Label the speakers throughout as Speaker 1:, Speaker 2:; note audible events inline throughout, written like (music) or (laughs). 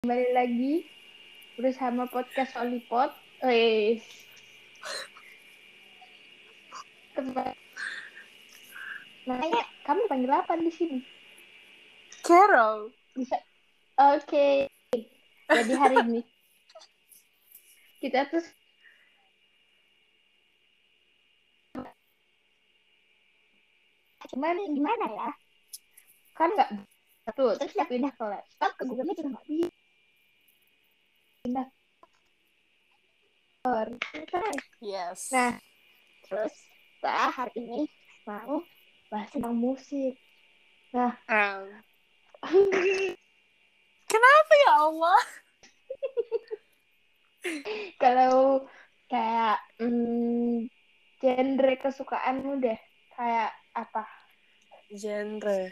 Speaker 1: kembali lagi bersama podcast Olipot. Wes. Kembali. Namanya kamu panggil apa di sini?
Speaker 2: Carol.
Speaker 1: Bisa. Oke. Jadi hari ini kita terus cuman gimana ya kan nggak tuh terus kita pindah ke laptop ke Google Meet juga nggak bisa pindah ke komputer.
Speaker 2: Yes.
Speaker 1: nah terus kita hari ini mau bahas tentang musik (laughs)
Speaker 2: Um, Kenapa ya Allah?
Speaker 1: kalau kayak mm, genre kesukaanmu deh kayak apa
Speaker 2: Genre.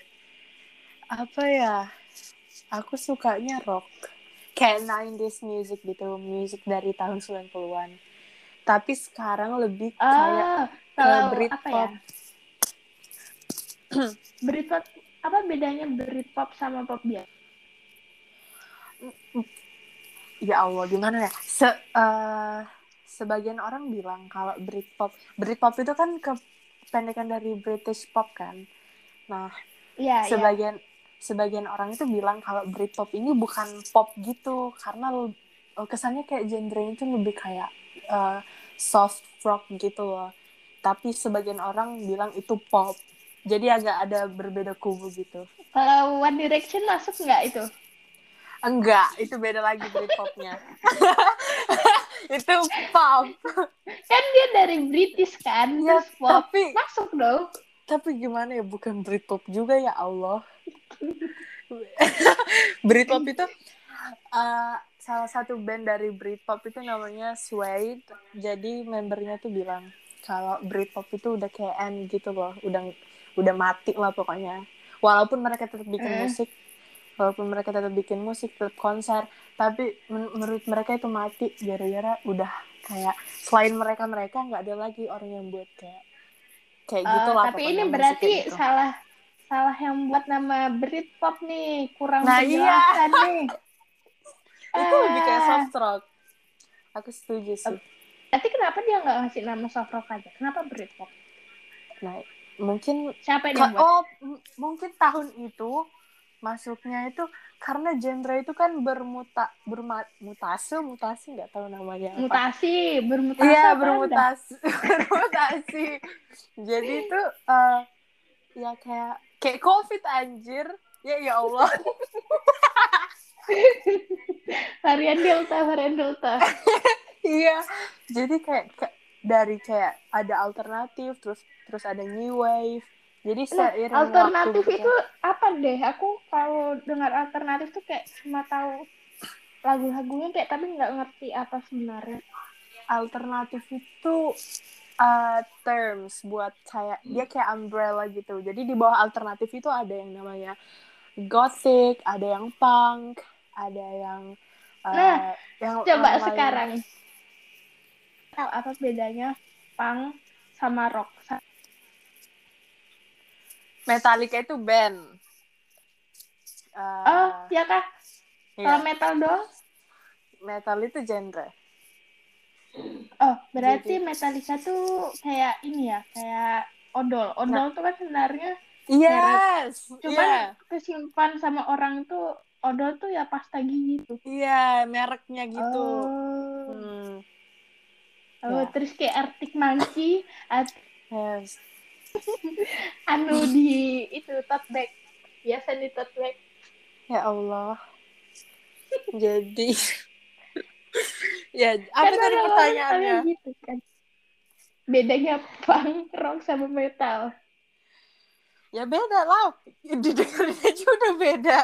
Speaker 2: Apa ya? Aku sukanya rock. Kayak 90s music gitu. Music dari tahun 90-an. Tapi sekarang lebih
Speaker 1: ah
Speaker 2: kayak ke
Speaker 1: kalau apa ya
Speaker 2: Britpop.
Speaker 1: Britpop apa bedanya Britpop sama pop biasa
Speaker 2: Ya Allah, gimana ya? Se, eh, sebagian orang bilang kalau Britpop. Britpop itu kan kependekan dari British Pop kan.
Speaker 1: Iya, iya.
Speaker 2: sebagian sebagian orang itu bilang kalau Britpop ini bukan pop gitu karena l- eh, kesannya kayak genre itu lebih kayak uh, soft rock gitu loh. Tapi sebagian orang bilang itu pop. Jadi agak ada berbeda kubu gitu.
Speaker 1: Kalau One Direction masuk nggak itu?
Speaker 2: Enggak, itu beda lagi Britpopnya. (laughs) itu pop.
Speaker 1: Kan dia dari British kan,
Speaker 2: Ya,
Speaker 1: terus pop.
Speaker 2: tapi
Speaker 1: Masuk dong.
Speaker 2: tapi gimana ya bukan Britpop juga ya Allah (laughs) Britpop itu eh, salah satu band dari Britpop itu namanya Suede jadi membernya tuh bilang kalau Britpop itu udah kayak end gitu loh udah udah mati lah pokoknya walaupun mereka tetap bikin
Speaker 1: Eh.
Speaker 2: musik walaupun mereka tetap bikin musik tetap konser tapi men- menurut mereka itu mati gara-gara udah kayak selain mereka mereka nggak ada lagi orang yang buat kayak kayak gitu
Speaker 1: Eh,
Speaker 2: lah
Speaker 1: tapi
Speaker 2: pokoknya
Speaker 1: ini
Speaker 2: musiknya
Speaker 1: berarti
Speaker 2: gitu.
Speaker 1: salah salah yang buat nama Britpop nih kurang
Speaker 2: Nah,
Speaker 1: penjelasan (laughs) nih.
Speaker 2: itu lebih kayak
Speaker 1: Ah,
Speaker 2: soft rock aku setuju sih
Speaker 1: Tapi kenapa dia nggak ngasih nama soft rock aja? Kenapa Britpop?
Speaker 2: nah mungkin
Speaker 1: Siapa yang
Speaker 2: Ka-
Speaker 1: buat?
Speaker 2: oh m- mungkin tahun itu masuknya itu karena genre itu kan bermuta bermutasi mutasi nggak tahu namanya apa.
Speaker 1: Mutasi, bermutasi.
Speaker 2: Iya
Speaker 1: apa anda?
Speaker 2: bermutasi, (laughs) bermutasi. Jadi itu eh, ya kayak kayak covid anjir. Ya ya Allah.
Speaker 1: Varian Delta, varian Delta.
Speaker 2: Iya. Jadi kayak, kayak dari kayak ada alternatif, terus terus ada new wave. Jadi
Speaker 1: Nah,
Speaker 2: seiring waktu
Speaker 1: alternatif
Speaker 2: gitu.
Speaker 1: itu apa deh? Aku kalau dengar alternatif tuh kayak cuma tahu lagu-lagunya kayak tapi nggak ngerti apa sebenarnya.
Speaker 2: alternatif itu uh, terms buat kayak dia kayak umbrella gitu. Jadi di bawah alternatif itu ada yang namanya gothic, ada yang punk, ada yang uh,
Speaker 1: Nah,
Speaker 2: yang
Speaker 1: Coba
Speaker 2: yang lain.
Speaker 1: sekarang tahu apa bedanya punk sama rock? Sa-
Speaker 2: Metallica itu band. Uh,
Speaker 1: Oh, ya kah?
Speaker 2: iya.
Speaker 1: Kalau metal doang?
Speaker 2: metal itu genre.
Speaker 1: Oh, berarti
Speaker 2: Jadi-
Speaker 1: Metallica tuh kayak ini ya, kayak odol.
Speaker 2: Nah.
Speaker 1: Odol tuh kan sebenarnya
Speaker 2: Yes.
Speaker 1: cuman kesimpan sama orang tuh odol tuh ya pasta gigi tuh.
Speaker 2: Iya, mereknya gitu.
Speaker 1: Oh.
Speaker 2: Hmm.
Speaker 1: Oh,
Speaker 2: Ya.
Speaker 1: terus kayak Arctic Monkey, at-
Speaker 2: Yes.
Speaker 1: anu di itu tote bag. Biasa di tote bag.
Speaker 2: Ya Allah. Jadi (laughs) ya apa
Speaker 1: Kan
Speaker 2: tadi
Speaker 1: orang-orang
Speaker 2: pertanyaannya?
Speaker 1: tahu Gitu, kan. Bedanya punk rock sama metal.
Speaker 2: Ya beda lah. Didengarnya (laughs) aja udah beda.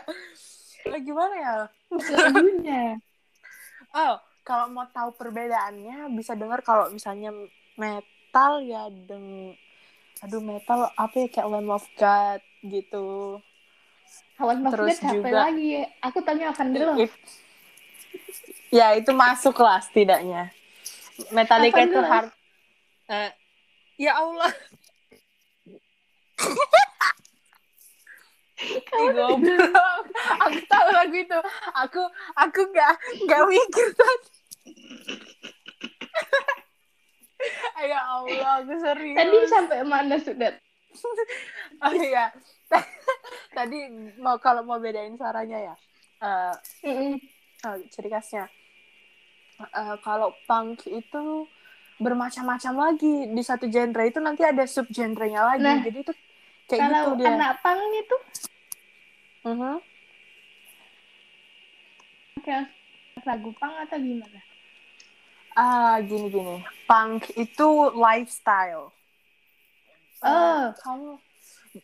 Speaker 2: Lah, gimana ya?
Speaker 1: Lagunya.
Speaker 2: Oh, kalau mau tahu perbedaannya bisa dengar kalau misalnya metal ya deng aduh metal apa ya kayak Lamb of God gitu.
Speaker 1: Kawan maksudnya
Speaker 2: Terus
Speaker 1: capek
Speaker 2: juga- Iya.
Speaker 1: lagi. Aku tanya akan dulu.
Speaker 2: It- ya itu masuk lah setidaknya. Metallica
Speaker 1: Apaan
Speaker 2: itu
Speaker 1: dulu?
Speaker 2: hard. Eh, ya Allah. Ih, goblok. aku tahu lagu itu. Aku aku nggak nggak mikir tadi. (laughs) ya Allah, aku serius.
Speaker 1: Tadi sampai mana sudah?
Speaker 2: Oh iya. (laughs) Tadi mau kalau mau bedain suaranya ya. Eh,
Speaker 1: Mm-mm.
Speaker 2: Oh, ciri khasnya. Eh, kalau punk itu bermacam-macam lagi di satu genre itu nanti ada subgenrenya lagi.
Speaker 1: Nah,
Speaker 2: Jadi itu kayak gitu
Speaker 1: Kalau
Speaker 2: dia.
Speaker 1: anak pang itu
Speaker 2: Mhm.
Speaker 1: kayak lagu pang atau gimana?
Speaker 2: Ah, gini-gini. Punk itu lifestyle. Eh,
Speaker 1: Oh.
Speaker 2: kamu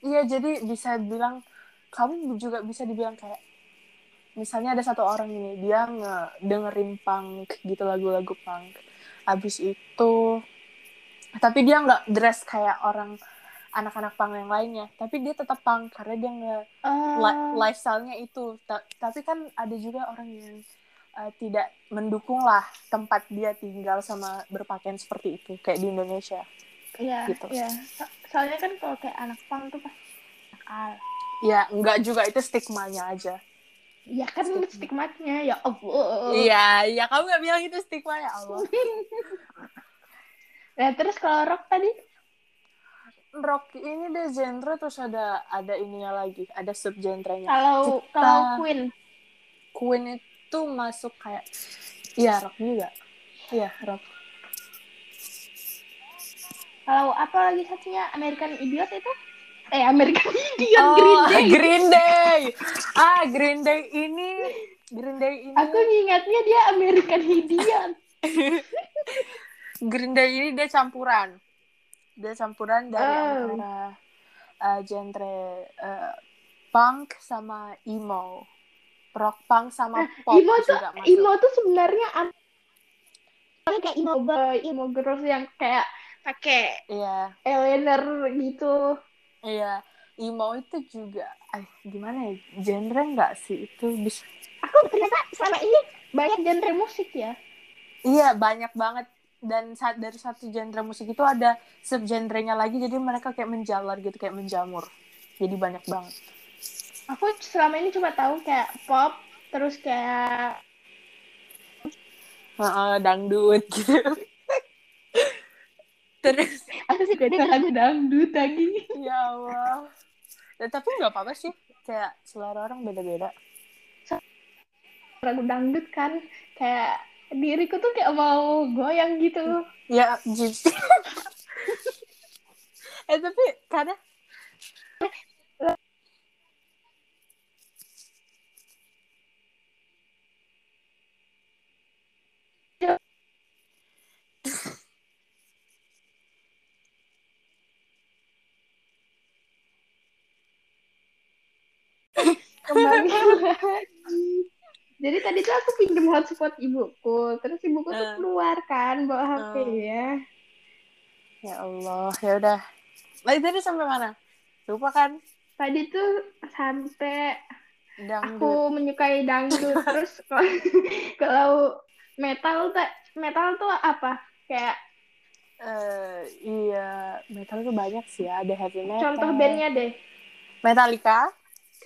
Speaker 2: Iya, jadi bisa bilang kamu juga bisa dibilang kayak misalnya ada satu orang ini dia ngedengerin punk gitu lagu-lagu punk. Habis itu tapi dia nggak dress kayak orang anak-anak punk yang lainnya, tapi dia tetap punk karena dia nge
Speaker 1: Oh,
Speaker 2: li- lifestyle-nya itu. Ta- tapi kan ada juga orang yang uh, tidak mendukung lah tempat dia tinggal sama berpakaian seperti itu kayak di Indonesia.
Speaker 1: iya,
Speaker 2: gitu.
Speaker 1: iya. So- Soalnya kan kalau kayak anak pang tuh pasti nakal.
Speaker 2: Ya enggak juga itu stigmanya aja.
Speaker 1: Ya kan stigmatnya ya Allah.
Speaker 2: Iya, iya kamu nggak bilang itu stigma ya Allah.
Speaker 1: (laughs) Nah, terus kalau rock tadi
Speaker 2: Rock ini deh genre terus ada ada ininya lagi, ada
Speaker 1: Iya.
Speaker 2: subgenrenya.
Speaker 1: kalau
Speaker 2: Kita-
Speaker 1: kalau Queen
Speaker 2: Queen itu masuk kayak Iya, rock juga. Iya, rock.
Speaker 1: Kalau apa lagi satunya American Idiot itu? Eh American (laughs) Idiot
Speaker 2: Oh,
Speaker 1: Green Day.
Speaker 2: Green Day. Ah, Green Day ini Green Day ini
Speaker 1: Aku ngingatnya dia American (laughs) Idiot.
Speaker 2: Green Day ini dia campuran. Dia campuran dari
Speaker 1: Oh.
Speaker 2: antara uh, genre uh, punk sama emo. Rock punk sama pop
Speaker 1: Eh, emo tuh
Speaker 2: juga masuk.
Speaker 1: emo tuh sebenarnya am- iya. soalnya kayak emo boy, emo girls yang kayak pakai
Speaker 2: Iya,
Speaker 1: eyeliner gitu.
Speaker 2: iya. Emo itu juga eh, gimana ya? Genre nggak sih itu bisa
Speaker 1: Aku ternyata selama ini banyak genre musik ya.
Speaker 2: Iya, banyak banget dan saat dari satu genre musik itu ada subgenrenya lagi jadi mereka kayak menjalar gitu kayak menjamur. Jadi banyak banget.
Speaker 1: Aku selama ini cuma tahu kayak pop, terus kayak
Speaker 2: Heeh, dangdut gitu. (laughs) Terus
Speaker 1: aku sih beda lagu dangdut lagi.
Speaker 2: Ya Allah. Ya, tapi nggak apa-apa sih. Kayak selera orang beda-beda.
Speaker 1: Lagu dangdut kan kayak diriku tuh kayak mau goyang gitu.
Speaker 2: Ya, gitu. (laughs) eh, tapi kadang...
Speaker 1: (laughs) kembali lagi. Jadi tadi tuh aku pinjem hotspot ibuku, terus ibuku tuh
Speaker 2: Eh.
Speaker 1: keluar kan bawa HP ya.
Speaker 2: Ya Allah, ya udah. Lagi tadi sampai mana? Lupa kan?
Speaker 1: Tadi tuh sampai
Speaker 2: Dangdut.
Speaker 1: aku menyukai dangdut, (laughs) terus kalau- kalau metal tuh metal tuh apa? Kayak
Speaker 2: Eh, iya, metal tuh banyak sih ya. Ada heavy metal.
Speaker 1: contoh bandnya deh.
Speaker 2: Metallica,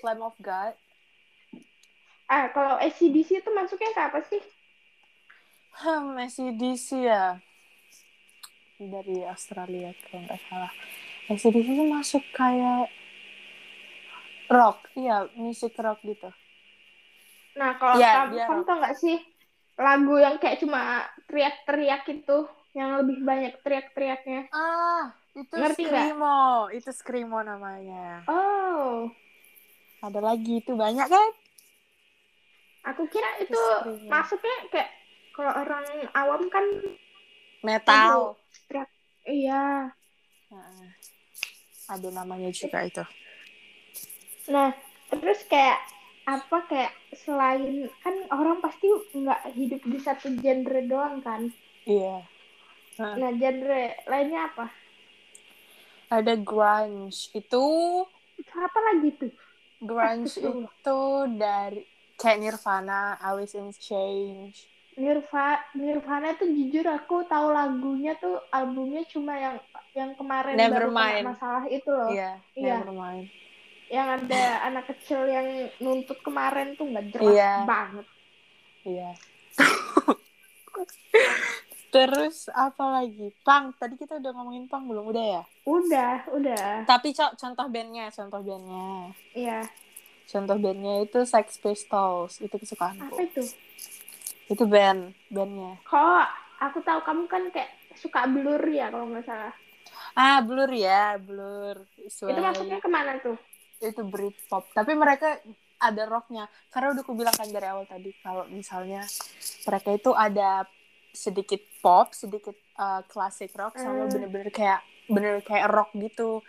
Speaker 2: Lamb of God.
Speaker 1: Ah, kalau ACDC itu masuknya ke apa sih?
Speaker 2: Hmm, ACDC ya. Dari Australia kalau nggak salah. ACDC itu masuk kayak rock, iya, musik rock gitu.
Speaker 1: Nah, kalau
Speaker 2: Iya,
Speaker 1: kamu,
Speaker 2: iya.
Speaker 1: kamu tau gak sih lagu yang kayak cuma teriak-teriak itu, yang lebih banyak teriak-teriaknya?
Speaker 2: Ah, itu
Speaker 1: Ngerti nggak?
Speaker 2: screamo, itu screamo namanya.
Speaker 1: Oh,
Speaker 2: Ada lagi itu banyak kan?
Speaker 1: Aku kira itu
Speaker 2: Istrinya.
Speaker 1: masuknya kayak kalau orang awam kan
Speaker 2: Metal.
Speaker 1: iya.
Speaker 2: Heeh. Ada namanya juga itu.
Speaker 1: Nah, terus kayak apa kayak selain kan orang pasti nggak hidup di satu genre doang kan.
Speaker 2: Iya. Heeh.
Speaker 1: Nah, genre lainnya apa?
Speaker 2: Ada grunge. Itu
Speaker 1: Itu apa lagi tuh?
Speaker 2: grunge
Speaker 1: Astagfirullah.
Speaker 2: itu dari kayak Nirvana, Alice in Chains.
Speaker 1: Nirvana, Nirvana tuh jujur aku tahu lagunya tuh albumnya cuma yang yang kemarin baru kena
Speaker 2: Nevermind.
Speaker 1: masalah itu loh.
Speaker 2: Iya,
Speaker 1: Iya.
Speaker 2: nevermind.
Speaker 1: yang ada anak kecil yang nuntut kemarin tuh nggak jelas
Speaker 2: Iya.
Speaker 1: banget.
Speaker 2: Iya. (laughs) Terus apa lagi? Pang, tadi kita udah ngomongin Pang belum? Udah ya?
Speaker 1: Udah, udah.
Speaker 2: Tapi co- contoh bandnya, contoh bandnya.
Speaker 1: Iya.
Speaker 2: Contoh bandnya itu Sex Pistols. Itu kesukaanku.
Speaker 1: Apa itu?
Speaker 2: Itu band, bandnya.
Speaker 1: Kok aku tahu kamu kan kayak suka blur ya kalau nggak salah.
Speaker 2: Ah, Blur ya, Blur.
Speaker 1: Itu
Speaker 2: Iya.
Speaker 1: maksudnya kemana tuh?
Speaker 2: itu Britpop tapi mereka ada rocknya karena udah aku bilang kan dari awal tadi kalau misalnya mereka itu ada sedikit pop sedikit uh, classic rock
Speaker 1: Hmm.
Speaker 2: sama bener-bener kayak bener kayak rock gitu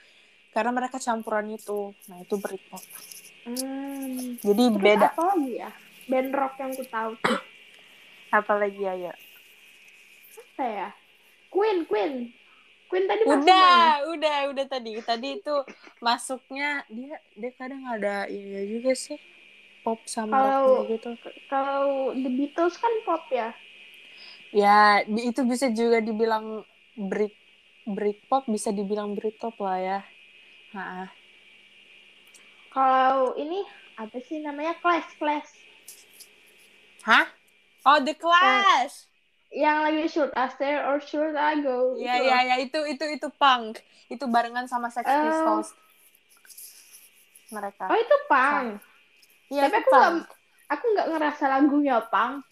Speaker 2: karena mereka campuran itu nah itu Britpop
Speaker 1: Hmm.
Speaker 2: jadi
Speaker 1: Terus
Speaker 2: beda
Speaker 1: apa lagi ya? Band rock yang ku tahu tuh
Speaker 2: apalagi ya ya
Speaker 1: apa ya? Queen, Queen. Queen tadi masuk mana?
Speaker 2: udah udah udah tadi tadi itu masuknya dia dia kadang ada ini juga sih pop sama
Speaker 1: Kalau-
Speaker 2: rock gitu
Speaker 1: Kalau The Beatles kan pop ya.
Speaker 2: Ya, di- itu bisa juga dibilang break Britpop bisa dibilang Britpop lah ya. Ha-ha.
Speaker 1: Kalau ini apa sih namanya Clash, Clash.
Speaker 2: Hah? Oh, The Clash.
Speaker 1: Yang lagi should I stay or should I go?
Speaker 2: Ya,
Speaker 1: Itu
Speaker 2: ya,
Speaker 1: loh.
Speaker 2: ya, itu itu itu punk. Itu barengan sama Sex
Speaker 1: Eh.
Speaker 2: Pistols. Mereka.
Speaker 1: Oh itu punk.
Speaker 2: Iya,
Speaker 1: tapi
Speaker 2: itu
Speaker 1: aku
Speaker 2: punk.
Speaker 1: nggak- aku nggak ngerasa lagunya pang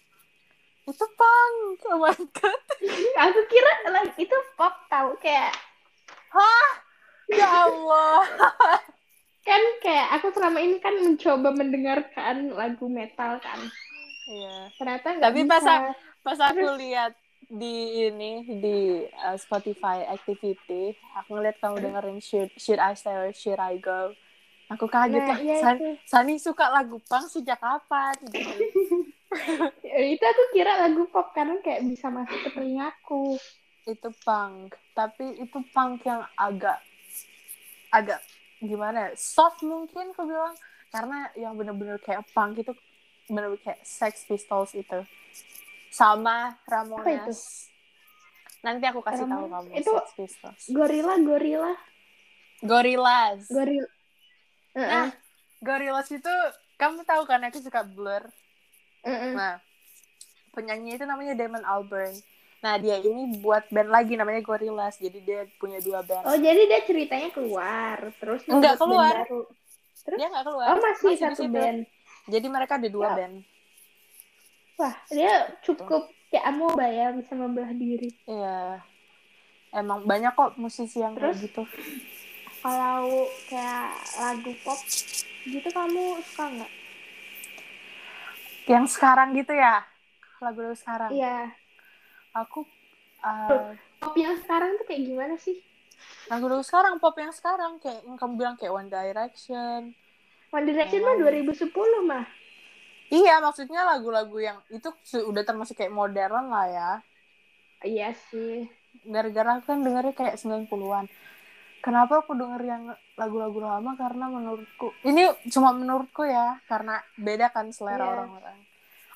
Speaker 2: Itu punk. Oh my god.
Speaker 1: (laughs) aku kira lagu itu pop tau kayak
Speaker 2: Ya Allah.
Speaker 1: kan kayak aku selama ini kan mencoba mendengarkan lagu metal kan
Speaker 2: Iya.
Speaker 1: ternyata nggak
Speaker 2: Tapi
Speaker 1: bisa.
Speaker 2: pas aku- Pas aku lihat di ini di uh, Spotify activity, aku ngeliat kamu
Speaker 1: Eh.
Speaker 2: dengerin should, should I Stay or Should I Go. Aku kaget
Speaker 1: Nah,
Speaker 2: lah.
Speaker 1: iya
Speaker 2: San-
Speaker 1: itu.
Speaker 2: Sani suka lagu punk sejak kapan? Gitu.
Speaker 1: Ya, itu aku kira lagu pop karena kayak bisa masuk ke telingaku
Speaker 2: itu punk, tapi itu punk yang agak agak gimana? ya, Soft mungkin aku bilang karena yang bener-bener kayak punk itu bener-bener kayak Sex Pistols itu sama Ramones.
Speaker 1: Apa itu?
Speaker 2: Nanti aku kasih tahu kamu
Speaker 1: Ramones? Itu-
Speaker 2: Sex Pistols.
Speaker 1: gorila gorila
Speaker 2: Gorillaz.
Speaker 1: gorila Heeh,
Speaker 2: Nah, Gorillaz itu kamu tahu kan aku suka Blur.
Speaker 1: heeh.
Speaker 2: Nah, penyanyi itu namanya Damon Albarn. Nah, dia ini buat band lagi namanya Gorillaz. Jadi dia punya dua band.
Speaker 1: oh jadi dia ceritanya keluar terus membuat band
Speaker 2: Nggak keluar.
Speaker 1: baru.
Speaker 2: dia nggak keluar.
Speaker 1: oh masih,
Speaker 2: Masih di
Speaker 1: satu
Speaker 2: situ.
Speaker 1: band
Speaker 2: Jadi mereka ada dua
Speaker 1: Ya.
Speaker 2: band.
Speaker 1: wah dia cukup kayak amoeba ya bisa membelah diri
Speaker 2: Iya. Emang banyak kok musisi yang kayak
Speaker 1: Terus?
Speaker 2: gitu.
Speaker 1: kalau kayak lagu pop gitu kamu suka nggak?
Speaker 2: Yang sekarang gitu ya. Lagu-lagu sekarang.
Speaker 1: Iya.
Speaker 2: Aku uh,
Speaker 1: Pop yang sekarang tuh kayak gimana sih?
Speaker 2: lagu-lagu sekarang pop yang sekarang kayak yang kamu bilang kayak One Direction,
Speaker 1: One Direction mah 2010 mah.
Speaker 2: Iya, maksudnya lagu-lagu yang itu su- udah termasuk kayak modern lah ya.
Speaker 1: Iya sih.
Speaker 2: Gara-gara aku kan dengernya kayak 90-an. Kenapa aku denger yang lagu-lagu lama? Karena menurutku, ini cuma menurutku ya, karena beda kan selera
Speaker 1: Iya.
Speaker 2: orang-orang.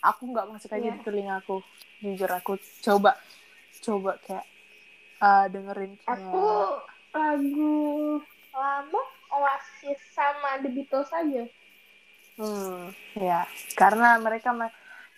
Speaker 2: Aku nggak masuk aja
Speaker 1: Iya.
Speaker 2: di telingaku. Jujur aku coba, coba kayak eh, dengerin kayak...
Speaker 1: Aku Iya. lagu lama Oasis sama The Beatles aja.
Speaker 2: Hmm, ya. Karena mereka ma-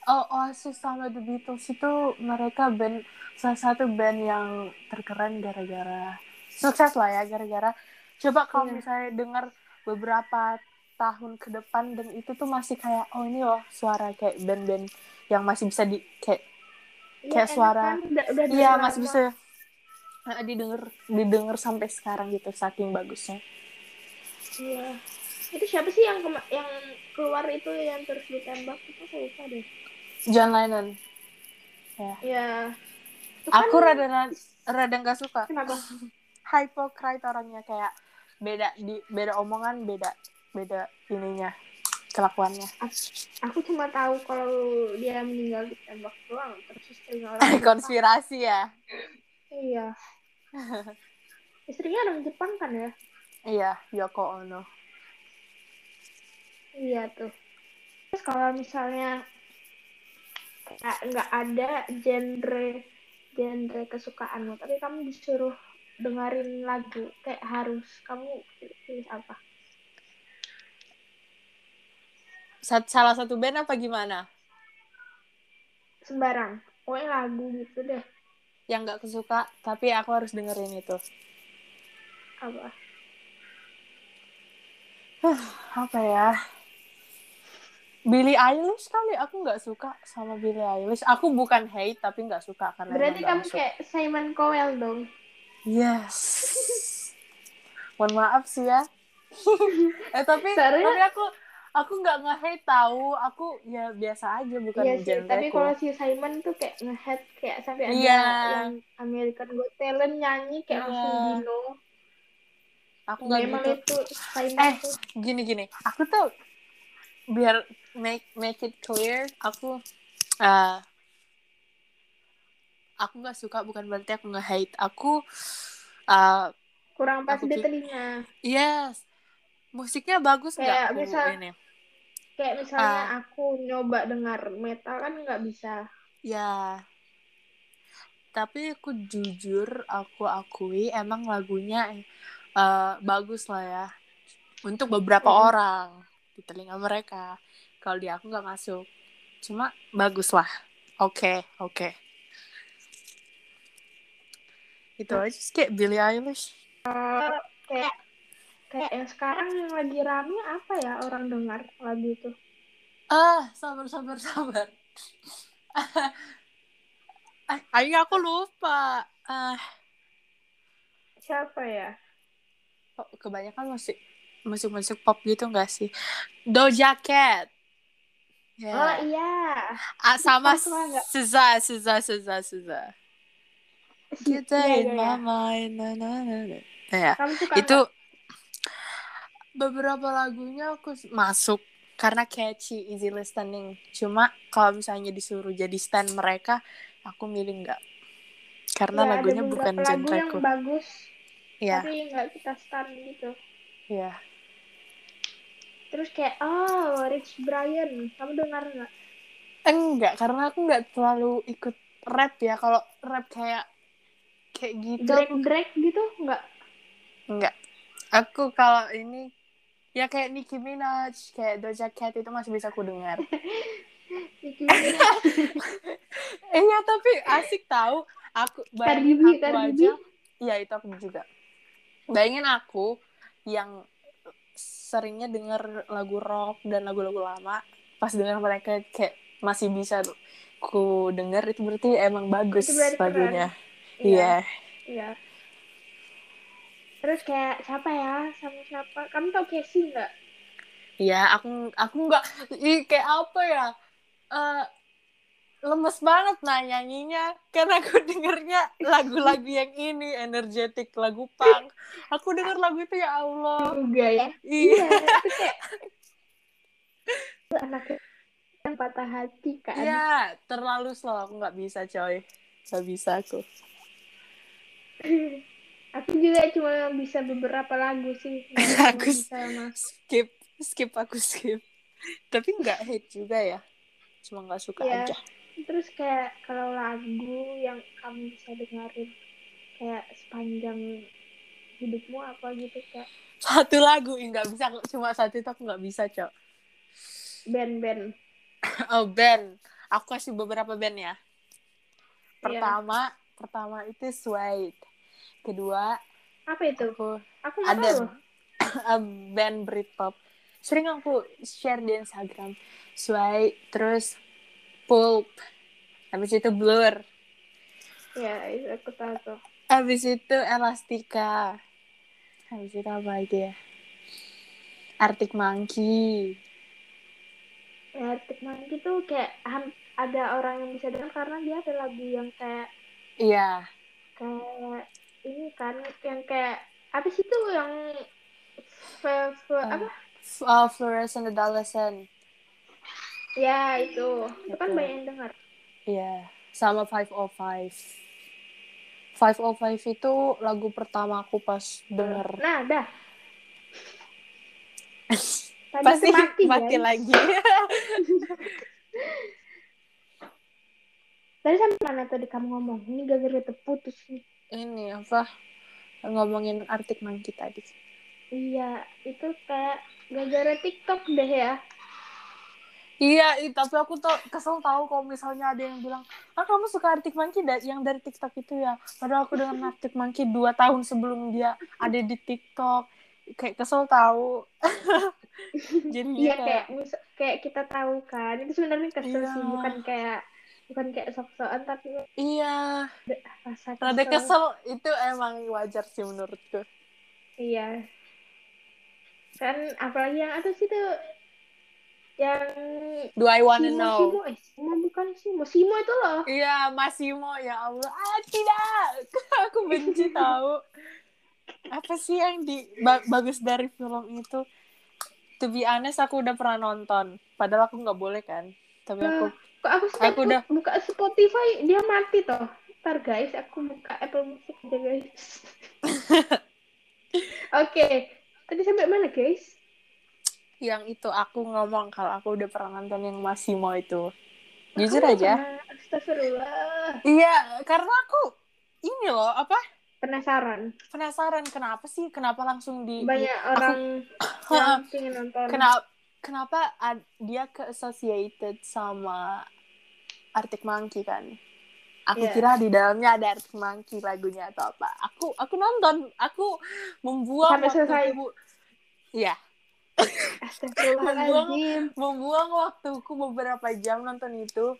Speaker 2: Oh, Oasis sama The Beatles itu mereka band salah satu band yang terkeren gara-gara sukses lah ya gara-gara coba
Speaker 1: Iya.
Speaker 2: kalau misalnya dengar beberapa tahun ke depan dan itu tuh masih kayak oh ini loh suara kayak band-band yang masih bisa di kayak
Speaker 1: enak
Speaker 2: Kayak suara.
Speaker 1: kan? Udah, udah dari
Speaker 2: iya
Speaker 1: lama.
Speaker 2: masih bisa eh, didengar didengar sampai sekarang gitu saking bagusnya.
Speaker 1: Iya. Itu siapa sih yang kema- yang keluar itu yang terus ditembak itu aku lupa deh.
Speaker 2: John Lennon.
Speaker 1: Iya. Itu kan-
Speaker 2: Aku rada rada nggak suka.
Speaker 1: kenapa?
Speaker 2: hypocrite orangnya kayak beda di beda omongan beda beda ininya kelakuannya
Speaker 1: Aku cuma tahu kalau dia meninggal ditembak doang terus istrinya
Speaker 2: (laughs)
Speaker 1: orang Jepang.
Speaker 2: (laughs) konspirasi ya
Speaker 1: Iya. istrinya orang Jepang kan ya?
Speaker 2: iya Yoko Ono
Speaker 1: Iya tuh. Terus kalau misalnya kayak nggak ada genre genre kesukaanmu, tapi kamu disuruh dengerin lagu kayak harus kamu pilih apa?
Speaker 2: Sat- salah satu band apa gimana?
Speaker 1: sembarang pokoknya lagu gitu deh
Speaker 2: Yang nggak kesuka, tapi aku harus dengerin itu.
Speaker 1: apa
Speaker 2: Apa ya? Billie Eilish kali, aku nggak suka sama Billie Eilish. Aku bukan hate, tapi nggak suka karena
Speaker 1: berarti
Speaker 2: emang
Speaker 1: kamu
Speaker 2: nggak masuk.
Speaker 1: kayak Simon Cowell dong
Speaker 2: Yes. Mohon maaf sih
Speaker 1: (laughs)
Speaker 2: ya. eh tapi
Speaker 1: Seharusnya-
Speaker 2: tapi aku aku nggak nge-hate tahu. Aku ya biasa aja bukan
Speaker 1: Iya sih,
Speaker 2: genre
Speaker 1: tapi kalau si Simon tuh kayak nge-head kayak sampai ada
Speaker 2: Iya.
Speaker 1: yang American Got Talent nyanyi kayak
Speaker 2: Iya.
Speaker 1: langsung dino.
Speaker 2: aku nggak
Speaker 1: Memang
Speaker 2: gitu.
Speaker 1: itu Simon
Speaker 2: Eh.
Speaker 1: tuh
Speaker 2: Gini gini, aku tuh biar make make it clear, aku eh aku nggak suka bukan berarti aku nge-hate. Aku eh
Speaker 1: kurang pas
Speaker 2: Aku
Speaker 1: di
Speaker 2: pi-
Speaker 1: telinga.
Speaker 2: yes. Musiknya bagus
Speaker 1: Kayak
Speaker 2: nggak? Aku
Speaker 1: misal-
Speaker 2: ini.
Speaker 1: Kayak misalnya
Speaker 2: Ah.
Speaker 1: aku nyoba dengar metal kan nggak bisa.
Speaker 2: Ya. Tapi aku jujur, aku akui emang lagunya eh, bagus lah ya. Untuk beberapa
Speaker 1: Mm-mm.
Speaker 2: orang di telinga mereka. Kalau di aku nggak masuk. Cuma bagus lah. Oke, oke. Itu aja sih kayak Billie Eilish.
Speaker 1: Kayak
Speaker 2: Eh.
Speaker 1: kayak yang sekarang yang lagi rame apa ya orang dengar lagu itu?
Speaker 2: Ah, sabar, sabar, sabar. (laughs) Ah, Ayo aku lupa. Ah,
Speaker 1: Siapa ya?
Speaker 2: Oh, kebanyakan musik musik-musik pop gitu gak sih? Doja Cat. Ya.
Speaker 1: Oh iya.
Speaker 2: Ah, sama
Speaker 1: pop lah nggak?
Speaker 2: Seza, Seza, Seza, Seza. Kita
Speaker 1: (laughs) Iya,
Speaker 2: in
Speaker 1: iya,
Speaker 2: my
Speaker 1: iya.
Speaker 2: mind, na, na, na, na. Nah, ya.
Speaker 1: Kamu suka
Speaker 2: Itu beberapa lagunya aku s- masuk karena catchy, easy listening. Cuma kalau misalnya disuruh jadi stand mereka, aku milih nggak. Karena
Speaker 1: Ya, ada
Speaker 2: lagunya bukan
Speaker 1: beberapa lagu yang
Speaker 2: genreku.
Speaker 1: bagus
Speaker 2: Ya,
Speaker 1: tapi nggak kita stand gitu.
Speaker 2: ya.
Speaker 1: Terus kayak oh Rich Brian, kamu dengar nggak?
Speaker 2: Enggak, karena aku nggak terlalu ikut rap ya. Kalau rap kayak kayak gitu
Speaker 1: Drake Drake gitu nggak?
Speaker 2: enggak. Aku kalau ini ya kayak Nicki Minaj, kayak Doja Cat itu masih bisa aku dengar.
Speaker 1: Nicki (laughs) Minaj,
Speaker 2: (laughs) Eh, Iya, tapi asik tahu. Aku
Speaker 1: Cardi B,
Speaker 2: bayangin aku
Speaker 1: Cardi B.
Speaker 2: aja. Iya, itu aku juga. Bayangin aku yang seringnya denger lagu rock dan lagu-lagu lama, pas denger mereka kayak masih bisa ku denger itu berarti emang bagus
Speaker 1: Itu berarti keren.
Speaker 2: lagunya.
Speaker 1: Iya.
Speaker 2: Iya.
Speaker 1: Iya. Terus kayak siapa ya? Sama siapa? Kamu tau Casey nggak?
Speaker 2: Iya, aku aku nggak ih, kayak apa ya? Eh lemes banget nah nyanyinya karena aku dengernya lagu-lagu yang ini energetik lagu punk aku denger lagu itu ya Allah
Speaker 1: Juga ya.
Speaker 2: iya
Speaker 1: itu kayak anaknya yang patah hati kan.
Speaker 2: iya terlalu slow aku nggak bisa coy nggak bisa aku
Speaker 1: Aku juga cuma bisa beberapa lagu
Speaker 2: (laughs)
Speaker 1: sih. Nah, Nggak
Speaker 2: Aku-
Speaker 1: bisa sama-
Speaker 2: skip skip aku skip tapi nggak hate juga ya cuma nggak suka
Speaker 1: Iya.
Speaker 2: aja
Speaker 1: Terus kayak kalau lagu yang kamu bisa dengerin kayak sepanjang hidupmu apa gitu kayak
Speaker 2: satu lagu ih, nggak bisa cuma satu itu aku nggak bisa coy
Speaker 1: band-band
Speaker 2: Oh band, aku kasih beberapa band ya. Pertama, pertama itu Suede. Kedua,
Speaker 1: apa itu
Speaker 2: (clears throat) aku
Speaker 1: aku nggak tahu
Speaker 2: ada eh, band Britpop. Sering aku share di Instagram. Suede, terus Pulp. Habis itu Blur.
Speaker 1: ya itu aku tahu tuh
Speaker 2: Habis itu Elastica. Habis itu apa lagi ya? Arctic Monkey.
Speaker 1: ya Arctic Monkey tuh kayak ham- ada orang yang bisa dengar karena dia ada lagu yang kayak
Speaker 2: Iya,
Speaker 1: kayak ini kan yang kayak apa sih tuh yang fe- fe-
Speaker 2: Eh.
Speaker 1: apa
Speaker 2: F- uh, Fluorescent Adolescent.
Speaker 1: ya itu itu kan
Speaker 2: Betul.
Speaker 1: banyak yang dengar
Speaker 2: Iya, sama 505. 505 itu lagu pertama aku pas denger.
Speaker 1: nah dah
Speaker 2: (laughs)
Speaker 1: Tadi
Speaker 2: Pasti
Speaker 1: aku
Speaker 2: Nah,
Speaker 1: guys.
Speaker 2: mati, kan? lagi. (laughs)
Speaker 1: Tadi sampai mana tadi kamu ngomong? Ini gara-gara terputus nih.
Speaker 2: Ini apa? Ngomongin Arctic Monkey tadi.
Speaker 1: Iya, itu kayak gara-gara TikTok deh ya.
Speaker 2: Iya, i- tapi aku tuh kesel tahu kalau misalnya ada yang bilang, ah kamu suka Arctic Monkey da- yang dari TikTok itu ya. Padahal aku dengan Arctic Monkey dua tahun sebelum dia ada di TikTok. Kayak kesel tahu. (laughs) Jadi
Speaker 1: Iya kayak mis- kayak kita tahu kan itu sebenarnya kesel
Speaker 2: Iya.
Speaker 1: sih bukan kayak bukan kayak sok-sokan tapi
Speaker 2: iya,
Speaker 1: rasa kesel.
Speaker 2: rada kesel itu emang wajar sih menurutku.
Speaker 1: Iya. Kan apalagi yang ada sih tuh yang
Speaker 2: Do I wanna
Speaker 1: Simo,
Speaker 2: know?
Speaker 1: Simo, eh Simo bukan Simo, Simo itu loh.
Speaker 2: Iya, Masimo ya Allah. Ah, tidak. (laughs) Aku benci tahu. Apa sih yang di ba- bagus dari film itu? To be honest, aku udah pernah nonton. Padahal aku nggak boleh kan. Tapi aku
Speaker 1: Kok aku setiap
Speaker 2: Aku udah-
Speaker 1: buka Spotify dia mati toh. Ntar guys, aku buka Apple Music aja
Speaker 2: (laughs)
Speaker 1: guys. Oke, tadi sampai mana guys? Iya.
Speaker 2: yang itu aku ngomong kalau aku udah pernah nonton yang Masimo itu.
Speaker 1: Aku
Speaker 2: Jujur
Speaker 1: nggak
Speaker 2: aja.
Speaker 1: pernah. Astagfirullah.
Speaker 2: Iya, karena aku ini loh apa
Speaker 1: Penasaran.
Speaker 2: penasaran kenapa sih kenapa langsung di
Speaker 1: Banyak orang
Speaker 2: (coughs)
Speaker 1: yang pengen nonton.
Speaker 2: kenapa kenapa ad- dia ke associated sama Arctic Monkey kan
Speaker 1: Iya.
Speaker 2: aku kira di dalamnya ada Arctic Monkey lagunya atau apa aku aku nonton aku membuang
Speaker 1: Sampai selesai.
Speaker 2: waktuku ya
Speaker 1: Astagfirullahaladzim.
Speaker 2: membuang waktuku beberapa jam nonton itu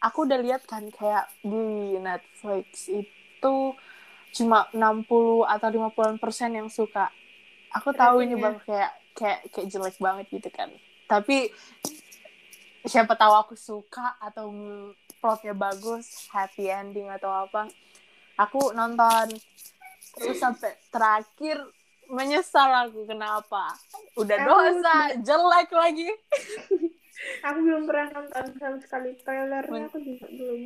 Speaker 2: aku udah lihat kan kayak di Netflix itu cuma 60 atau 50 persen yang suka aku tahu ini
Speaker 1: Ratingnya.
Speaker 2: bang kayak kayak kayak jelek banget gitu kan tapi siapa tahu aku suka atau plotnya bagus happy ending atau apa aku nonton terus sampai terakhir menyesal aku kenapa udah
Speaker 1: Aku
Speaker 2: dosa jelek lagi
Speaker 1: Aku belum pernah nonton sama sekali trailernya aku juga belum.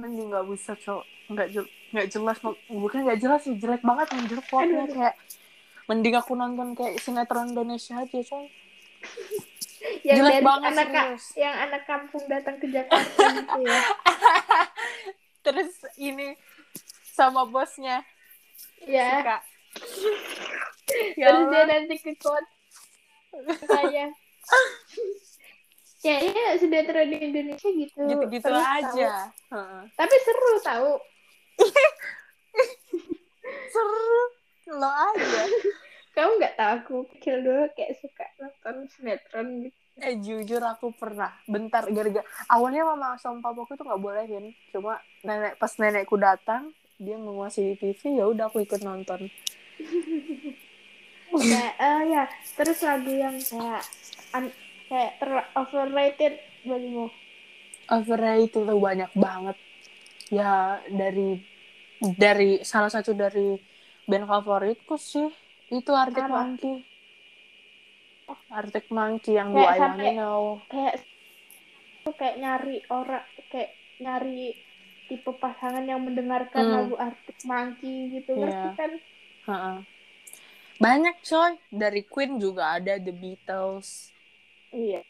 Speaker 2: mending nggak bisa cok nggak jel- nggak jelas bukan nggak jelas sih jelek banget anjir plotnya
Speaker 1: Aduh.
Speaker 2: kayak mending aku nonton kayak sinetron Indonesia aja coy
Speaker 1: Yang
Speaker 2: Jelek
Speaker 1: dari
Speaker 2: banget,
Speaker 1: anak ka-
Speaker 2: serius.
Speaker 1: yang anak kampung datang ke Jakarta gitu ya.
Speaker 2: (laughs) terus ini sama bosnya
Speaker 1: Ya.
Speaker 2: suka ya
Speaker 1: Terus dia
Speaker 2: Allah.
Speaker 1: nanti ke kota kayak Kayaknya sinetron di Indonesia gitu.
Speaker 2: gitu-gitu
Speaker 1: Terus
Speaker 2: aja
Speaker 1: tahu.
Speaker 2: Heeh.
Speaker 1: Tapi seru tahu.
Speaker 2: seru lo aja
Speaker 1: Kamu nggak tahu aku kecil dulu kayak suka nonton sinetron gitu.
Speaker 2: eh jujur aku pernah bentar gara-gara awalnya mama sama papaku tuh nggak bolehin cuma nenek pas nenekku datang dia menguasai TV ya udah aku ikut nonton
Speaker 1: ya, eh, ya. Terus lagu yang kayak an- kayak ter overrated bagimu.
Speaker 2: overrated tuh banyak banget ya dari dari salah satu dari band favoritku sih itu Arctic
Speaker 1: Apa?
Speaker 2: Monkey Arctic Monkey yang Do
Speaker 1: Kayak
Speaker 2: I Wanna
Speaker 1: sampai-
Speaker 2: Know
Speaker 1: kayak aku kayak nyari orang kayak nyari tipe pasangan yang mendengarkan
Speaker 2: Hmm.
Speaker 1: lagu Arctic Monkey gitu
Speaker 2: Iya.
Speaker 1: ngerti kan
Speaker 2: Ha-ha. banyak coy dari Queen juga ada The Beatles
Speaker 1: iya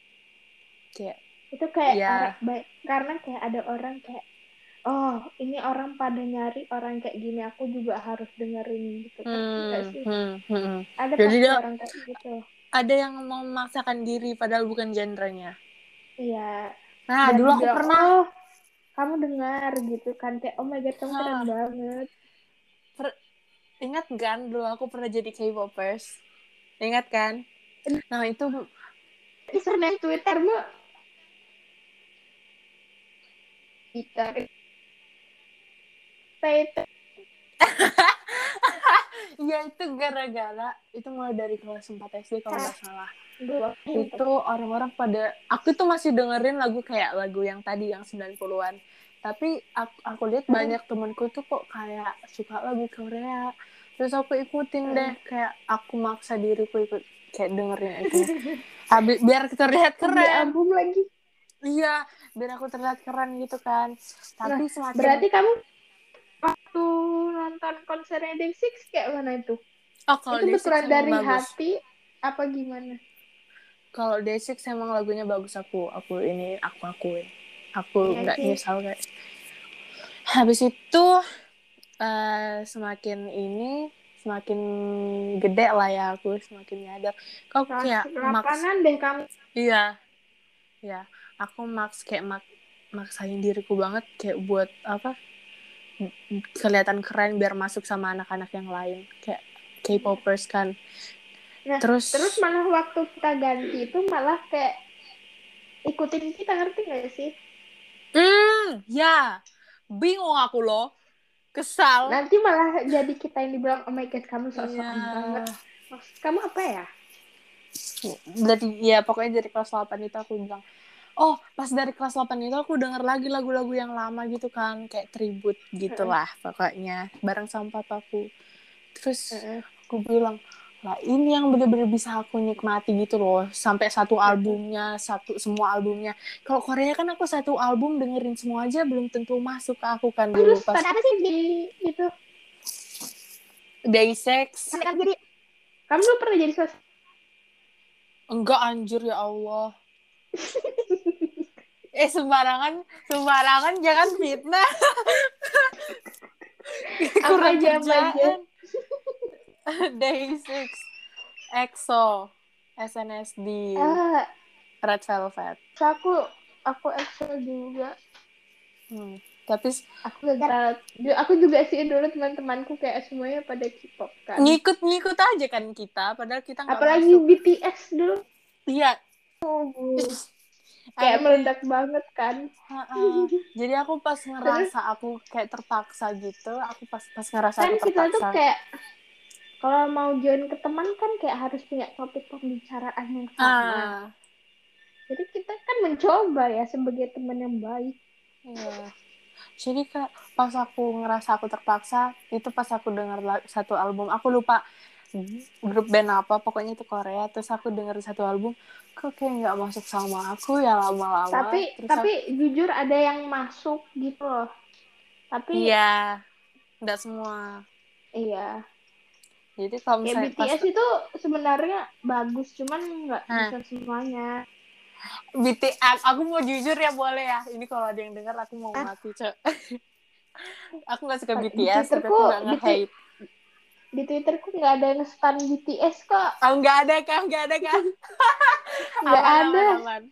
Speaker 2: kayak
Speaker 1: itu kayak
Speaker 2: Iya.
Speaker 1: orang baik karena kayak ada orang kayak oh ini orang pada nyari orang kayak gini aku juga harus dengerin gitu kan
Speaker 2: hmm,
Speaker 1: sih
Speaker 2: hmm, hmm.
Speaker 1: ada
Speaker 2: Jadi
Speaker 1: pasti
Speaker 2: dia-
Speaker 1: orang kayak gitu
Speaker 2: ada yang memaksakan diri padahal bukan genrenya
Speaker 1: iya
Speaker 2: nah
Speaker 1: Dan
Speaker 2: dulu aku
Speaker 1: bilang,
Speaker 2: pernah
Speaker 1: "Oh, kamu dengar gitu kan kayak oh my god kamu
Speaker 2: Ah.
Speaker 1: keren banget
Speaker 2: Ingat kan dulu aku pernah jadi K-popers? Ingat kan? Nah itu
Speaker 1: username Twittermu kita Twitter
Speaker 2: ya itu gara-gara itu mulai dari kelas 4 SD kalau
Speaker 1: Ah.
Speaker 2: nggak salah.
Speaker 1: gua
Speaker 2: Itu orang-orang pada aku tuh masih dengerin lagu kayak lagu yang tadi yang 90-an. Tapi aku, aku lihat
Speaker 1: Hmm.
Speaker 2: banyak temenku tuh kok kayak suka lagu Korea. Terus aku ikutin
Speaker 1: Hmm.
Speaker 2: deh kayak aku maksa diriku ikut kayak dengerin itu. Habis biar terlihat
Speaker 1: Beli
Speaker 2: keren.
Speaker 1: album lagi
Speaker 2: Iya, biar aku terlihat keren gitu kan. Tapi
Speaker 1: Nah,
Speaker 2: semakin
Speaker 1: berarti kamu waktu nonton konsernya Day Six kayak mana itu
Speaker 2: oh, kalau
Speaker 1: itu
Speaker 2: Day6
Speaker 1: betulan
Speaker 2: emang
Speaker 1: dari
Speaker 2: bagus.
Speaker 1: hati apa gimana
Speaker 2: Kalau Day6 emang lagunya bagus aku, aku ini aku akuin. Aku
Speaker 1: Iya
Speaker 2: nggak
Speaker 1: sih.
Speaker 2: nyesal guys. Habis itu eh, semakin ini semakin gede lah ya aku semakin nyadar kok kayak
Speaker 1: Lapangan deh kamu
Speaker 2: Iya. ya aku maks kayak mak- maksain diriku banget kayak buat apa kelihatan keren biar masuk sama anak-anak yang lain kayak K-popers kan
Speaker 1: Nah,
Speaker 2: terus
Speaker 1: Terus malah waktu kita ganti itu malah kayak ikutin kita ngerti gak sih?
Speaker 2: Hmm, ya bingung aku loh kesal
Speaker 1: Nanti malah jadi kita yang dibilang oh my god kamu sok
Speaker 2: (laughs) Iya.
Speaker 1: banget. Maksud kamu apa ya?
Speaker 2: dari ya pokoknya dari kelas 8 itu aku bilang oh pas dari kelas 8 itu aku denger lagi lagu-lagu yang lama gitu kan kayak tribut gitulah pokoknya bareng sama papaku terus
Speaker 1: Heeh.
Speaker 2: aku bilang lah ini yang bener-bener bisa aku nikmati gitu loh sampai satu albumnya satu semua albumnya kalau Korea kan aku satu album dengerin semua aja belum tentu masuk ke aku kan dulu
Speaker 1: Terus
Speaker 2: (laughs) pas
Speaker 1: pada apa sih jadi gitu?
Speaker 2: day sex
Speaker 1: Sampai kamu jadi kamu dulu pernah jadi sos
Speaker 2: enggak anjir ya Allah (laughs) eh sembarangan sembarangan jangan fitnah (laughs) kurang
Speaker 1: aja, apa aja.
Speaker 2: kerjaan (laughs) day six EXO SNSD
Speaker 1: Eh,
Speaker 2: Red Velvet
Speaker 1: so aku aku EXO juga.
Speaker 2: Hmm, tapi s-
Speaker 1: Aku gagal. Ju- Aku juga sih dulu teman-temanku kayak semuanya pada K-pop kan.
Speaker 2: ngikut-ngikut aja kan kita padahal kita nggak
Speaker 1: Apalagi
Speaker 2: masuk.
Speaker 1: BTS dulu
Speaker 2: iya
Speaker 1: kayak
Speaker 2: Aneh.
Speaker 1: meledak banget kan.
Speaker 2: Ha-ha. jadi aku pas ngerasa aku kayak terpaksa gitu aku pas pas ngerasa
Speaker 1: kan
Speaker 2: aku
Speaker 1: kita tuh
Speaker 2: terpaksa
Speaker 1: kayak kalau mau join ke teman kan kayak harus punya topik pembicaraan yang sama.
Speaker 2: ah
Speaker 1: Jadi kita kan mencoba ya sebagai teman yang baik.
Speaker 2: Iya. Jadi kayak pas aku ngerasa aku terpaksa, itu pas aku denger la- satu album, aku lupa grup band apa, pokoknya itu Korea. Terus aku denger satu album, kok kayak nggak masuk sama aku ya lama-lama.
Speaker 1: tapi
Speaker 2: Terus
Speaker 1: tapi jujur ada yang masuk gitu loh.
Speaker 2: aku,
Speaker 1: Tapi
Speaker 2: iya, nggak semua.
Speaker 1: iya.
Speaker 2: Jadi kalau
Speaker 1: Ya
Speaker 2: misalnya pas Nah.
Speaker 1: BTS itu sebenarnya bagus cuman nggak
Speaker 2: Hah.
Speaker 1: bisa semuanya.
Speaker 2: BTS, aku mau jujur ya boleh ya. Ini kalau ada yang denger aku mau
Speaker 1: Ah.
Speaker 2: mati cok. (laughs) aku nggak suka
Speaker 1: Di
Speaker 2: BTS, tapi aku
Speaker 1: Twitterku,
Speaker 2: nggak
Speaker 1: di
Speaker 2: nge-hate.
Speaker 1: Di Twitterku nggak ada yang stan BTS kok.
Speaker 2: Oh, nggak ada kah, nggak ada (laughs) kah?
Speaker 1: Nggak
Speaker 2: Aman,
Speaker 1: ada.
Speaker 2: Aman, aman.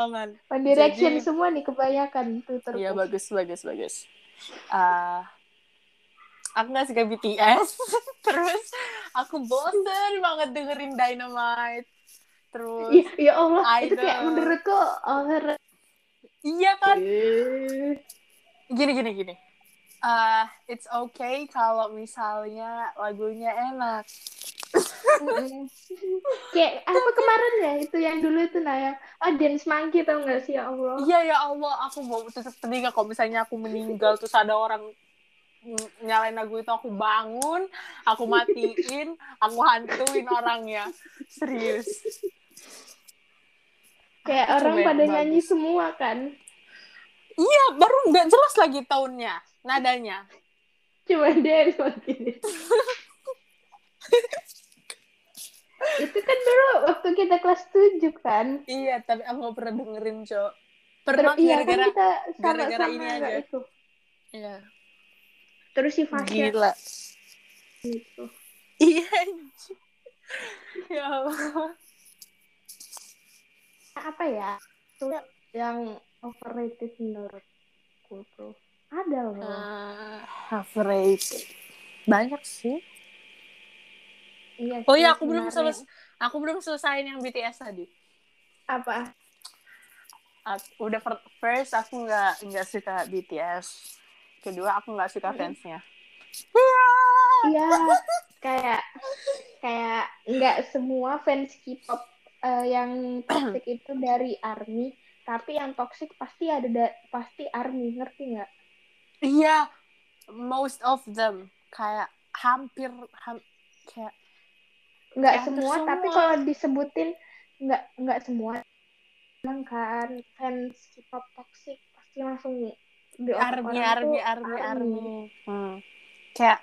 Speaker 2: aman.
Speaker 1: One Direction
Speaker 2: Jadi-
Speaker 1: semua nih kebanyakan Twitterku.
Speaker 2: Iya bagus bagus bagus. Eh, aku nggak suka BTS. (laughs) Terus aku bosen banget dengerin Dynamite. Terus
Speaker 1: Ya, ya Allah, itu
Speaker 2: Idol.
Speaker 1: kayak menurutku oh, over.
Speaker 2: iya kan? Gini gini gini. Eh, it's okay kalau misalnya lagunya enak.
Speaker 1: Mm-mm. kayak apa kemarin ya itu yang dulu itu nah yang oh dance monkey tau gak sih ya Allah
Speaker 2: Iya ya Allah, aku mau tutup telinga kalau misalnya aku meninggal terus ada orang ny- nyalain lagu itu aku bangun, aku matiin, aku hantuin orangnya. Serius.
Speaker 1: kayak
Speaker 2: Itu
Speaker 1: orang
Speaker 2: lumayan
Speaker 1: pada
Speaker 2: bagus.
Speaker 1: nyanyi semua kan
Speaker 2: Iya, baru nggak jelas lagi tahunnya, nadanya.
Speaker 1: cuma dance monkey
Speaker 2: (laughs)
Speaker 1: itu kan dulu waktu kita kelas 7 kan
Speaker 2: Iya, tapi aku nggak pernah dengerin, Cok.
Speaker 1: terus
Speaker 2: Pernah
Speaker 1: iya kan
Speaker 2: gara-gara
Speaker 1: kita
Speaker 2: gara-gara
Speaker 1: sama-sama
Speaker 2: ini
Speaker 1: nggak
Speaker 2: aja.
Speaker 1: itu
Speaker 2: Iya.
Speaker 1: terus si Fasya
Speaker 2: Gila.
Speaker 1: gitu
Speaker 2: Iya. anjing. ya Allah.
Speaker 1: apa ya itu yang overrated menurutku tuh ada loh
Speaker 2: Ah, overrated. Banyak sih.
Speaker 1: iya
Speaker 2: Oh
Speaker 1: sih,
Speaker 2: iya, aku belum
Speaker 1: sebenarnya.
Speaker 2: selesai. Aku belum selesaiin yang BTS tadi.
Speaker 1: apa
Speaker 2: Aku, udah per- first aku nggak nggak suka BTS. Kedua aku nggak suka fansnya.
Speaker 1: Iya, kayak kayak nggak semua fans K-pop eh, yang toxic itu dari ARMY, tapi yang toxic pasti ada da- pasti ARMY, ngerti nggak?
Speaker 2: Iya, most of them kayak hampir ham- kayak
Speaker 1: Nggak
Speaker 2: Hampir
Speaker 1: semua, tapi
Speaker 2: semua.
Speaker 1: kalau disebutin nggak nggak semua. Emang kan fans K-pop toxic pasti langsung di otak orang
Speaker 2: army army
Speaker 1: tuh
Speaker 2: army army hmm. kayak